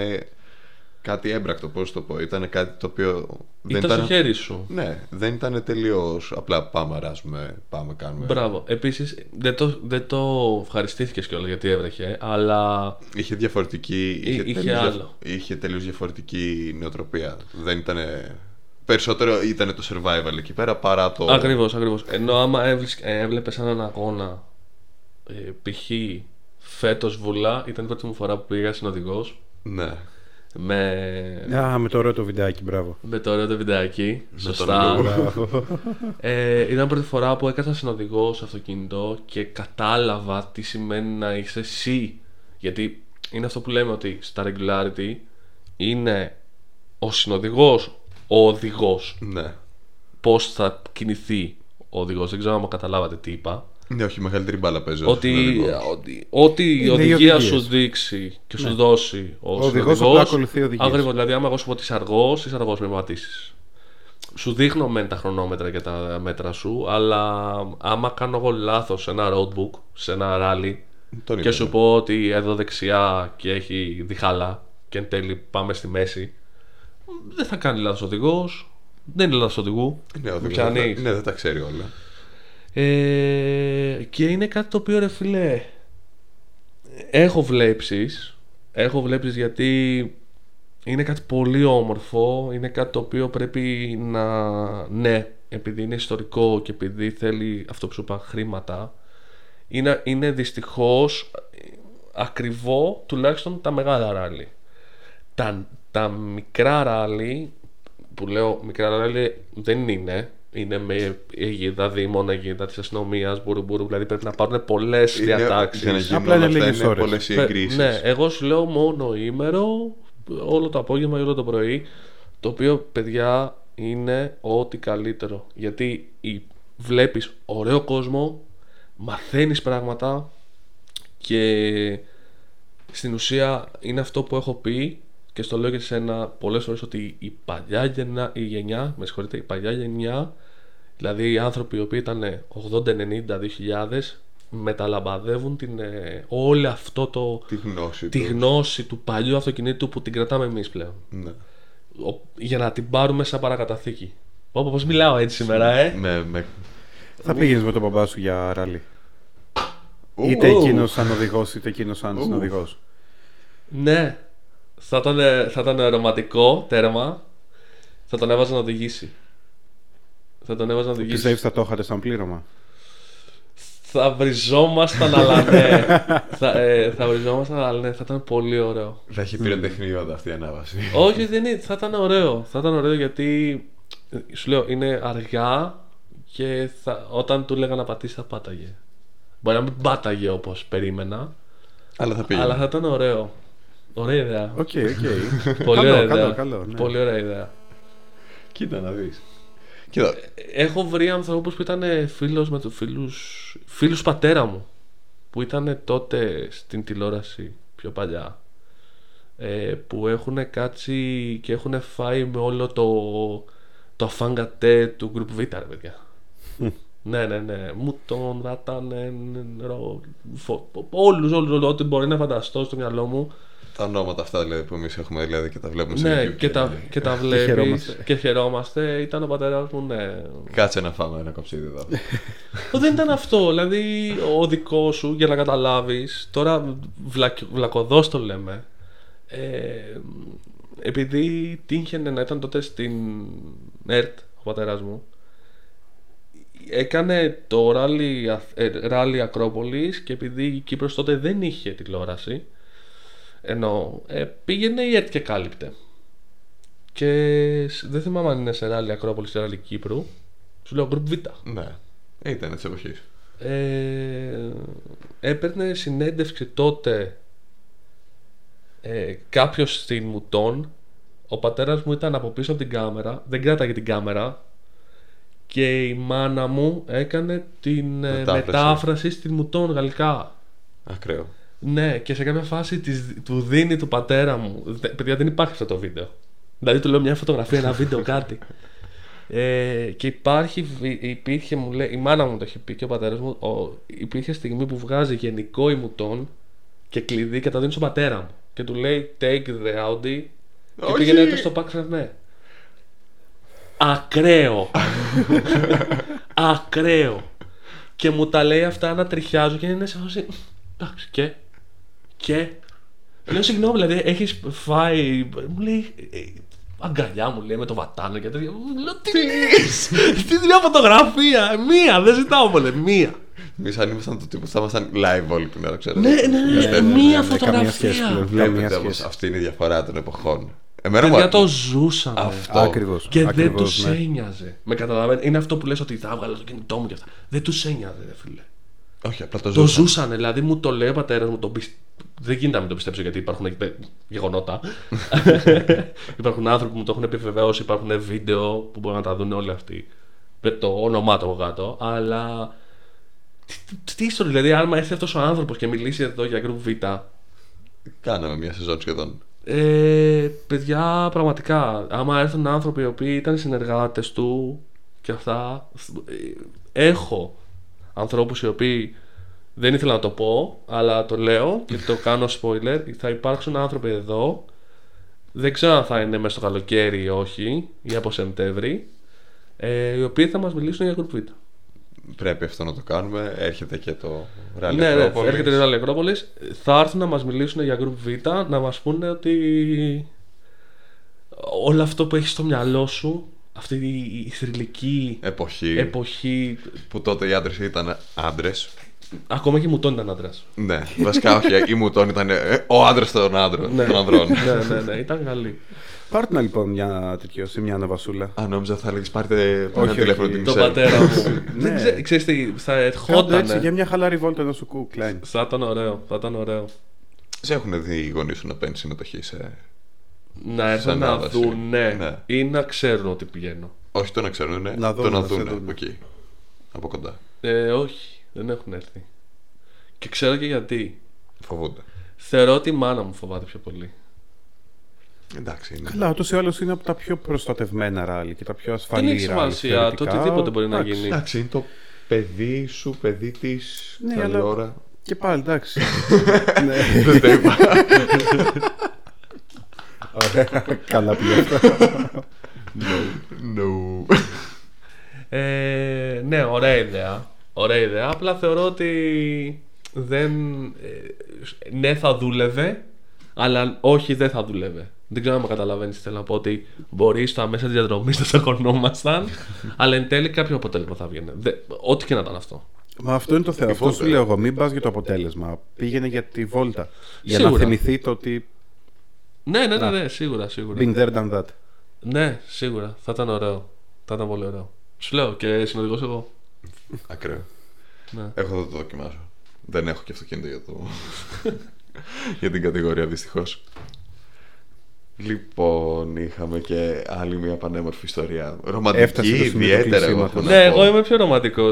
S1: κάτι έμπρακτο, πώς το πω. Ήταν κάτι το οποίο.
S3: Ήταν στο χέρι σου.
S1: Ναι, δεν ήταν τελείως απλά πάμε, αράζουμε, πάμε, κάνουμε.
S3: Μπράβο. Επίσης, δεν το, δεν το ευχαριστήθηκες κιόλας γιατί έβρεχε, ε, αλλά
S1: Είχε διαφορετική.
S3: Ε, είχε
S1: τελείως διαφ-
S3: άλλο.
S1: είχε τελείως διαφορετική νοοτροπία. Δεν ήταν. Περισσότερο ήταν το survival εκεί πέρα παρά το.
S3: Ακριβώς, ακριβώς. Ενώ άμα έβλεπες έναν αγώνα, ε, π.χ. φέτος βουλά, ήταν η πρώτη μου φορά που πήγα συνοδηγό
S1: Ναι.
S3: με,
S2: Α, με το ωραίο το βιντεάκι, μπράβο.
S3: με το ωραίο το βιντεάκι.
S1: τον
S3: Σωστά.
S1: λόγο.
S3: Ε, ήταν πρώτη φορά που έκανα συνοδηγό σε αυτοκίνητο και κατάλαβα τι σημαίνει να είσαι εσύ. Γιατί είναι αυτό που λέμε ότι στα regularity είναι ο συνοδηγός ο οδηγός
S1: Ναι.
S3: πώς θα κινηθεί ο οδηγός δεν ξέρω αν καταλάβατε τι είπα
S1: Ναι, όχι, η μεγαλύτερη μπάλα παίζω. ναι,
S3: ότι, ότι, ό,τι η
S2: Είναι οι
S3: οδηγία
S2: οδηγίες. Ναι.
S3: σου δείξει και σου δώσει ο,
S2: οδηγός
S3: συνοδηγός,
S2: απλά ακολουθεί οδηγίες.
S3: Ακριβώς, δηλαδή άμα εγώ σου πω ότι είσαι αργός, είσαι αργός, μην με πατήσεις. Σου δείχνω μεν τα χρονόμετρα και τα μέτρα σου, αλλά άμα κάνω εγώ λάθος σε ένα roadbook, σε ένα rally
S1: Τον
S3: και
S1: είπα,
S3: σου
S1: ναι.
S3: πω ότι εδώ δεξιά και έχει διχάλα και εν τέλει πάμε στη μέση, δεν θα κάνει λάθος ο οδηγός, δεν είναι λάθος οδηγού.
S1: Ναι, ο οδηγός
S3: Πιάνεις.
S1: δεν τα- ναι, δεν τα ξέρει όλα.
S3: Ε, και είναι κάτι το οποίο ρε φίλε έχω βλέψεις έχω βλέψεις γιατί είναι κάτι πολύ όμορφο είναι κάτι το οποίο πρέπει να ναι επειδή είναι ιστορικό και επειδή θέλει αυτό που σου είπα χρήματα είναι, είναι δυστυχώς ακριβό τουλάχιστον τα μεγάλα ράλι τα, τα μικρά ράλι που λέω μικρά ράλι δεν είναι είναι με αιγίδα δήμων, αιγίδα της αστυνομίας, μπουρουμπουρου. Δηλαδή πρέπει να πάρουν πολλές
S1: Είναι-
S3: διατάξεις.
S1: για να γίνουν
S2: Απλά είναι
S1: όλα αυτά,
S2: λίγες ώρες.
S1: πολλές οι
S3: Πε-
S1: εγκρίσεις.
S3: Ναι, εγώ σου λέω μόνο ημέρο, όλο το απόγευμα ή όλο το πρωί. Το οποίο, παιδιά, είναι ό,τι καλύτερο. Γιατί η- βλέπεις ωραίο κόσμο, μαθαίνεις πράγματα και στην ουσία είναι αυτό που έχω πει και στο λέω και σε ένα πολλές φορές ότι η παλιά γενιά, η γενιά, με συγχωρείτε, η παλιά γενιά, δηλαδή οι άνθρωποι οι οποίοι ήταν 80-90-2000, μεταλαμπαδεύουν την, ε, όλο αυτό το,
S1: Τη γνώση
S3: τη
S1: τους.
S3: γνώση του παλιού αυτοκινήτου που την κρατάμε εμείς πλέον
S1: Ναι.
S3: ο- για να την πάρουμε σαν παρακαταθήκη. Όπω πώς μιλάω έτσι σήμερα, ε.
S1: Με, Ναι, με...
S2: Θα πήγαινες με τον μπαμπά σου για ράλι.
S1: Ου,
S2: Είτε
S1: ου.
S2: εκείνος σαν οδηγός, είτε εκείνος σαν
S1: Ου.
S2: συνοδηγός.
S3: Ναι. Θα ήταν, ε, θα ήταν ρομαντικό, τέρμα. Θα τον έβαζα να οδηγήσει. Θα τον έβαζα να οδηγήσει.
S2: Πιστεύει θα το είχατε σαν πλήρωμα.
S3: Θα βριζόμασταν, αλλά ναι. θα, ε, θα βριζόμασταν, αλλά ναι. Θα ήταν πολύ ωραίο.
S1: Θα έχει πυροτεχνιόντα αυτή η ανάβαση.
S3: Όχι, δεν είναι. Θα ήταν ωραίο. Θα ήταν ωραίο γιατί ε, σου λέω είναι αργά και θα, όταν του έλεγα να πατήσει θα πάταγε. Μπορεί να μην πάταγε όπως περίμενα,
S1: Αλλά θα πήγαινε.
S3: αλλά θα ήταν ωραίο. Ωραία ιδέα.
S2: Οκ, οκ.
S3: Πολύ
S2: Καλό,
S3: ωραία
S2: καλό,
S3: ιδέα.
S2: καλό, ναι.
S3: Πολύ ωραία ιδέα.
S1: Κοίτα να δεις. Κοίτα,
S3: Έχω βρει ανθρώπους που ήταν φίλος με του φίλους, φίλους πατέρα μου που ήταν τότε στην τηλεόραση πιο παλιά ε, που έχουν κάτσει και έχουν φάει με όλο το το αφάνγατε του Group Β, ρε παιδιά. ναι, ναι, ναι. Μου τον ρατάνε, όλους, όλους, όλους, ό,τι μπορεί να φανταστώ στο μυαλό μου.
S1: τα ονόματα αυτά δηλαδή, που εμείς έχουμε δηλαδή, και τα βλέπουμε σε
S3: Ναι,
S1: YouTube.
S3: και τα, και τα βλέπεις
S2: χαιρόμαστε.
S3: και χαιρόμαστε. Ήταν ο πατέρας μου, ναι.
S1: Κάτσε να φάμε ένα κοψίδι εδώ.
S3: Ω, Δεν ήταν αυτό. Δηλαδή, ο δικός σου για να καταλάβεις. Τώρα βλακ, βλακοδό το λέμε. Ε, επειδή τύχαινε να ήταν τότε στην ΕΡΤ ο πατέρας μου έκανε το ράλι, Αθ- ε, ράλι Ακρόπολης και επειδή η Κύπρος τότε δεν είχε τηλεόραση ενώ ε, πήγαινε η ΕΡΤ και κάλυπτε και σ- δεν θυμάμαι αν είναι σε ράλι Ακρόπολης ή ράλι Κύπρου σου λέω Group Β
S1: Ναι. Ήταν τη εποχή.
S3: ε, έπαιρνε συνέντευξη τότε ε, κάποιος στην Μουτών ο πατέρας μου ήταν από πίσω από την κάμερα δεν κράταγε την κάμερα και η μάνα μου έκανε την ε,
S1: Μετάφραση.
S3: μετάφραση στην Μουτών γαλλικά
S1: Ακραίο.
S3: ναι και σε κάποια φάση της, του δίνει του πατέρα μου Δε- παιδιά δεν υπάρχει αυτό το βίντεο δηλαδή του λέω μια φωτογραφία, ένα βίντεο κάτι ε, και υπάρχει, βι- υπήρχε, μου λέει, η μάνα μου το έχει πει και ο πατέρας μου, ο, υπήρχε στιγμή που βγάζει γενικό ημουτών και κλειδί και τα δίνει στον πατέρα μου. Και του λέει Take the Audi. Και
S1: Όχι!
S3: πήγαινε έτω στο Παξ Ρενέ. Ακραίο. Ακραίο. Και μου τα λέει αυτά να τριχιάζω και είναι σε φάση. Εντάξει, και. Και. Λέω συγγνώμη, δηλαδή έχεις φάει. Μου λέει. «Ε, Αγκαλιά μου λέει με το βατάνο και τέτοια. Μου Λέω τι λες! Τι μια φωτογραφία! Μία! Δεν ζητάω πολύ! Μία!
S1: Εμείς αν ήμασταν το τύπο, θα ήμασταν live όλη την ώρα, ξέρω.
S3: Ναι, ναι, ναι,
S2: Ε,
S3: ναι, μία φωτογραφία!
S2: πλέον. Καμία
S1: Βλέπετε
S2: σχέση.
S1: όμως, αυτή είναι η διαφορά των εποχών. Εμένα μου
S3: Παιδιά το
S1: αρέσει.
S3: ζούσαμε.
S1: Αυτό.
S2: Ακριβώς.
S3: Και δεν
S2: ναι.
S3: του ένοιαζε. Με καταλαβαίνει. Είναι αυτό που λες ότι θα βγάλω το κινητό μου και αυτά. Δεν τους ένοιαζε, ρε φίλε.
S1: Όχι, απλά το
S3: Το
S1: ζούσα.
S3: ζούσανε, δηλαδή μου το λέει ο πατέρας μου. Το πισ- Δεν γίνεται να μην το πιστέψω γιατί υπάρχουν εκεί πέ- γεγονότα. υπάρχουν άνθρωποι που μου το έχουν επιβεβαιώσει, υπάρχουν βίντεο που μπορούν να τα δουν όλοι αυτοί. Με το όνομά του από κάτω. Αλλά. τι- τι- Τι ιστορία, δηλαδή, άμα έρθει αυτός ο άνθρωπος και μιλήσει εδώ για group Β,
S1: Κάναμε μια σεζόν σχεδόν.
S3: ε, παιδιά, πραγματικά, άμα έρθουν άνθρωποι οι οποίοι ήταν συνεργάτες του και αυτά, ε, έχω ανθρώπους οι οποίοι δεν ήθελα να το πω, αλλά το λέω και το κάνω spoiler. Θα υπάρξουν άνθρωποι εδώ. Δεν ξέρω αν θα είναι μέσα στο καλοκαίρι ή όχι, ή από Σεπτέμβρη. Ε, οι οποίοι θα μας μιλήσουν για Group Β.
S1: Πρέπει αυτό να το κάνουμε. Έρχεται και το ράλι.
S3: Ναι, ναι,
S1: Ακρόπολης.
S3: έρχεται η Ράλη Ακρόπολης. Θα έρθουν να μας μιλήσουν για Group Β, να μας πούνε ότι όλο αυτό που έχεις στο μυαλό σου, αυτή η- η θρηλυκή
S1: Εποχή
S3: εποχή,
S1: που τότε οι άντρες ήταν άντρες.
S3: ακόμα και μου τον ήταν άντρας.
S1: Ναι, βασικά όχι. Η Μουτών ήταν ε, ο άντρας των άντρων.
S3: Ναι.
S1: Των ανδρών.
S3: ναι, ναι, ναι, ήταν καλή.
S2: Πάρτε να λοιπόν μια τέτοιο, σε μια αναβασούλα.
S1: Αν νόμιζα θα έλεγες πάρτε πάρτε
S2: Όχι,
S1: ένα τηλέφωνο
S2: όχι.
S1: την
S3: Το
S1: Μισελ.
S3: πατέρα μου.
S2: Ναι.
S3: Δεν ξέ- ξέρεις τι, θα
S2: Κάτω έτσι, για
S3: ερχόταν.
S2: μια χαλάρη βόλτα να σου κουκλάει.
S3: Θα ήταν ωραίο, θα ήταν ωραίο.
S1: Σε έχουν δει οι γονείς σου να παίρνεις συμμετοχή σε.
S3: Να έρθουν
S1: Σαν
S3: να
S1: άβαση.
S3: δουν,
S1: Ναι.
S3: ή να ξέρουν ότι πηγαίνω.
S1: Όχι το να ξέρουν, ναι.
S2: Να
S1: το
S2: δούνε,
S1: να
S2: να σε
S1: δουν από
S2: δούνε.
S1: εκεί. Από κοντά.
S3: Ε, όχι, δεν έχουν έρθει. Και ξέρω και γιατί.
S1: Φοβούνται.
S3: Θεωρώ ότι η μάνα μου φοβάται πιο πολύ.
S1: Εντάξει, είναι.
S2: Καλά, ούτως ή άλλως είναι από τα πιο προστατευμένα ράλι και τα πιο ασφαλή
S3: Δεν έχει
S2: ράλι,
S3: σημασία. Το
S2: θεωρητικά.
S3: οτιδήποτε μπορεί να
S2: Εντάξει.
S3: γίνει.
S1: Εντάξει, είναι το παιδί σου, παιδί της.
S2: Ναι,
S1: καλή
S2: αλλά-
S1: ώρα.
S2: Και πάλι, εντάξει. Ναι.
S1: Δεν το είπα.
S2: Καλά πήγε.
S1: No.
S3: Ε, ναι, ωραία ιδέα. Ωραία ιδέα. Απλά θεωρώ ότι δεν. ε, ναι, θα δούλευε, αλλά όχι, δεν θα δούλευε. Δεν ξέρω αν με καταλαβαίνεις. Θέλω να πω ότι μπορεί στα μέσα της διαδρομής να τσακωνόμασταν, αλλά εν τέλει κάποιο αποτέλεσμα θα βγαίνει. Ό,τι και να ήταν αυτό.
S2: Μα αυτό είναι το θέμα. Αυτό
S1: βόλτα,
S2: σου
S1: ε.
S2: λέω εγώ. Μην πας για το αποτέλεσμα. Πήγαινε για τη βόλτα. Για να
S3: Σίγουρα.
S2: θυμηθεί το ότι
S3: Ναι, ναι, ναι, ναι σίγουρα, σίγουρα.
S2: been there done that.
S3: Ναι, σίγουρα. Θα ήταν ωραίο. Θα ήταν πολύ ωραίο. Σου λέω και συνοδηγός εγώ.
S1: Ακραίο.
S3: Ναι.
S1: Εγώ δεν το δοκιμάζω. Δεν έχω και αυτοκίνητο για, το... για την κατηγορία δυστυχώς. Λοιπόν, είχαμε και άλλη μια πανέμορφη ιστορία. Ρομαντική,
S2: Έφτασε το σημείο του
S1: ιδιαίτερα. Εγώ έχω
S2: κλεισίματος.
S1: να
S3: Ναι,
S1: πω.
S3: εγώ είμαι πιο ρομαντικός.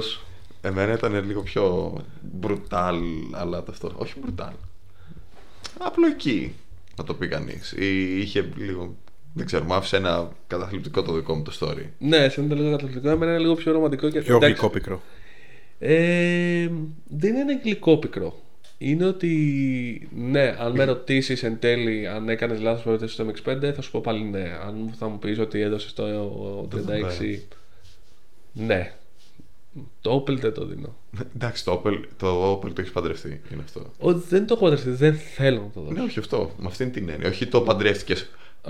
S1: Εμένα ήταν λίγο πιο μπρουτάλ, αλλά αυτό. Όχι μπρουτάλ. Απλοϊκή, να το πει κανείς. Είχε λίγο. Δεν ξέρω, μου άφησε ένα καταθλιπτικό το δικό μου το story.
S3: Ναι, σε είναι λίγο καταθλιπτικό. Εμένα είναι λίγο πιο ρομαντικό και
S2: Πιο
S3: εντάξει,
S2: γλυκό πικρό.
S3: Ε, δεν είναι γλυκό πικρό. Είναι ότι ναι, αν με ρωτήσεις εν τέλει αν έκανες λάθος προετοιμασία στο MX5, θα σου πω πάλι ναι. Αν μου- θα μου πεις ότι έδωσες το 36, ναι. Το Opel δεν το δίνω.
S1: Εντάξει, το Opel το, Opel το έχεις παντρευτεί. Είναι αυτό.
S3: Ό, δεν το έχω παντρευτεί, δεν θέλω να το δω.
S1: Ναι, όχι αυτό. Με αυτήν την έννοια. Όχι το παντρεύτηκες.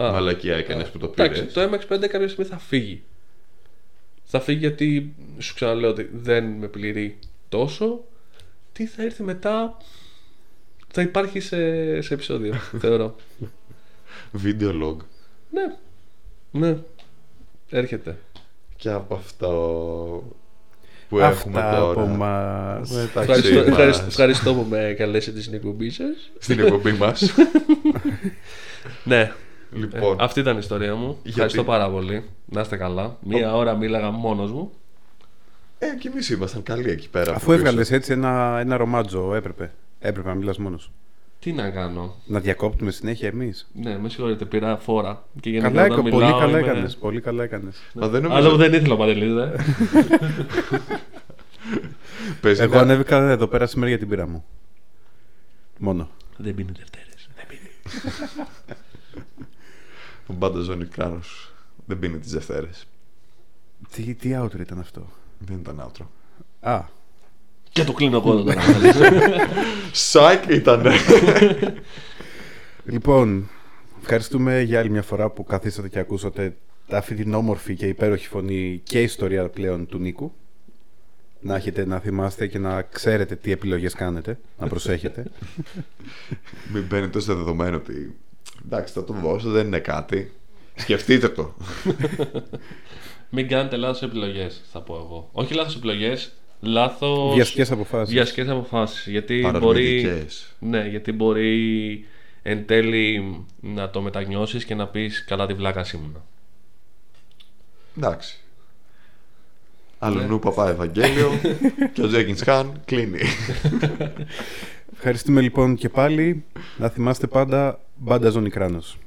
S3: Α.
S1: Μαλακία έκανες που το πήρε.
S3: Εντάξει, το MX5 κάποια στιγμή θα φύγει. Θα φύγει γιατί σου ξαναλέω ότι δεν με πληρεί τόσο. Τι θα έρθει μετά θα υπάρχει σε, σε επεισόδιο, θεωρώ.
S1: Video log.
S3: ναι, ναι, έρχεται.
S1: Και από αυτό που έχουμε
S2: Αυτά
S1: τώρα.
S2: από μας.
S1: Μεταξύ
S3: Ευχαριστώ,
S1: μας.
S3: ευχαριστώ, ευχαριστώ που με καλέσετε στην εκπομπή σας.
S1: Στην εκπομπή μας.
S2: Ε,
S3: Ναι,
S1: λοιπόν,
S3: αυτή ήταν η ιστορία μου. Ευχαριστώ πάρα πολύ. Να είστε καλά. Μία ώρα μίλαγα μόνος μου.
S1: ε, κι εμείς ήμασταν καλοί εκεί πέρα. από
S2: Αφού
S1: πίσω.
S2: έβγαλες έτσι ένα, ένα ρομάτζο, έπρεπε. Έπρεπε να μιλάς μόνος.
S3: Τι να κάνω.
S2: Να διακόπτουμε συνέχεια εμείς.
S3: Ναι, με συγχωρείτε, πήρα φόρα. Και γενικά
S2: Καλά,
S3: όταν
S2: έκα- πολύ,
S3: μιλάω
S2: καλά
S3: είμαι-
S2: έκανες, πολύ καλά έκανες.
S1: Μα δεν νομίζω.
S3: Αλλά δεν ήθελα παντελής, δε.
S1: Πες
S2: Εγώ
S1: να-
S2: ανέβηκα εδώ πέρα σήμερα για την πύρα μου. Μόνο.
S3: δεν πίνει Δευτέρες. Δεν πίνει.
S1: Ο Μπανταζόνι Κράνο δεν πίνει τις Δευτέρες.
S2: Τι, τι outro ήταν αυτό.
S1: Δεν ήταν outro.
S2: Α,
S3: Και το κλείνω εγώ εδώ τώρα.
S1: Σάικ ήταν.
S2: λοιπόν, ευχαριστούμε για άλλη μια φορά που καθίσατε και ακούσατε αυτή την όμορφη και υπέροχη φωνή και ιστορία πλέον του Νίκου. Να έχετε να θυμάστε και να ξέρετε τι επιλογές κάνετε, να προσέχετε.
S1: Μην παίρνετε ως δεδομένο ότι. Εντάξει, θα το δώσω, δεν είναι κάτι. Σκεφτείτε το.
S3: Μην κάνετε λάθος επιλογές, θα πω εγώ. Όχι λάθος επιλογές, λάθος.
S2: Βιαστικές αποφάσεις.
S3: Βιαστικές αποφάσεις γιατί μπορεί,
S1: Παρορμητικές.
S3: ναι, γιατί μπορεί εν τέλει να το μετανιώσεις και να πεις καλά τη βλάκα ήμουνα.
S1: Εντάξει. Αλλονού Παπά Ευαγγέλιο και ο Τζέκιν Χάν κλείνει.
S2: Ευχαριστούμε λοιπόν και πάλι. Να θυμάστε πάντα μπάντα ζωνικράνος.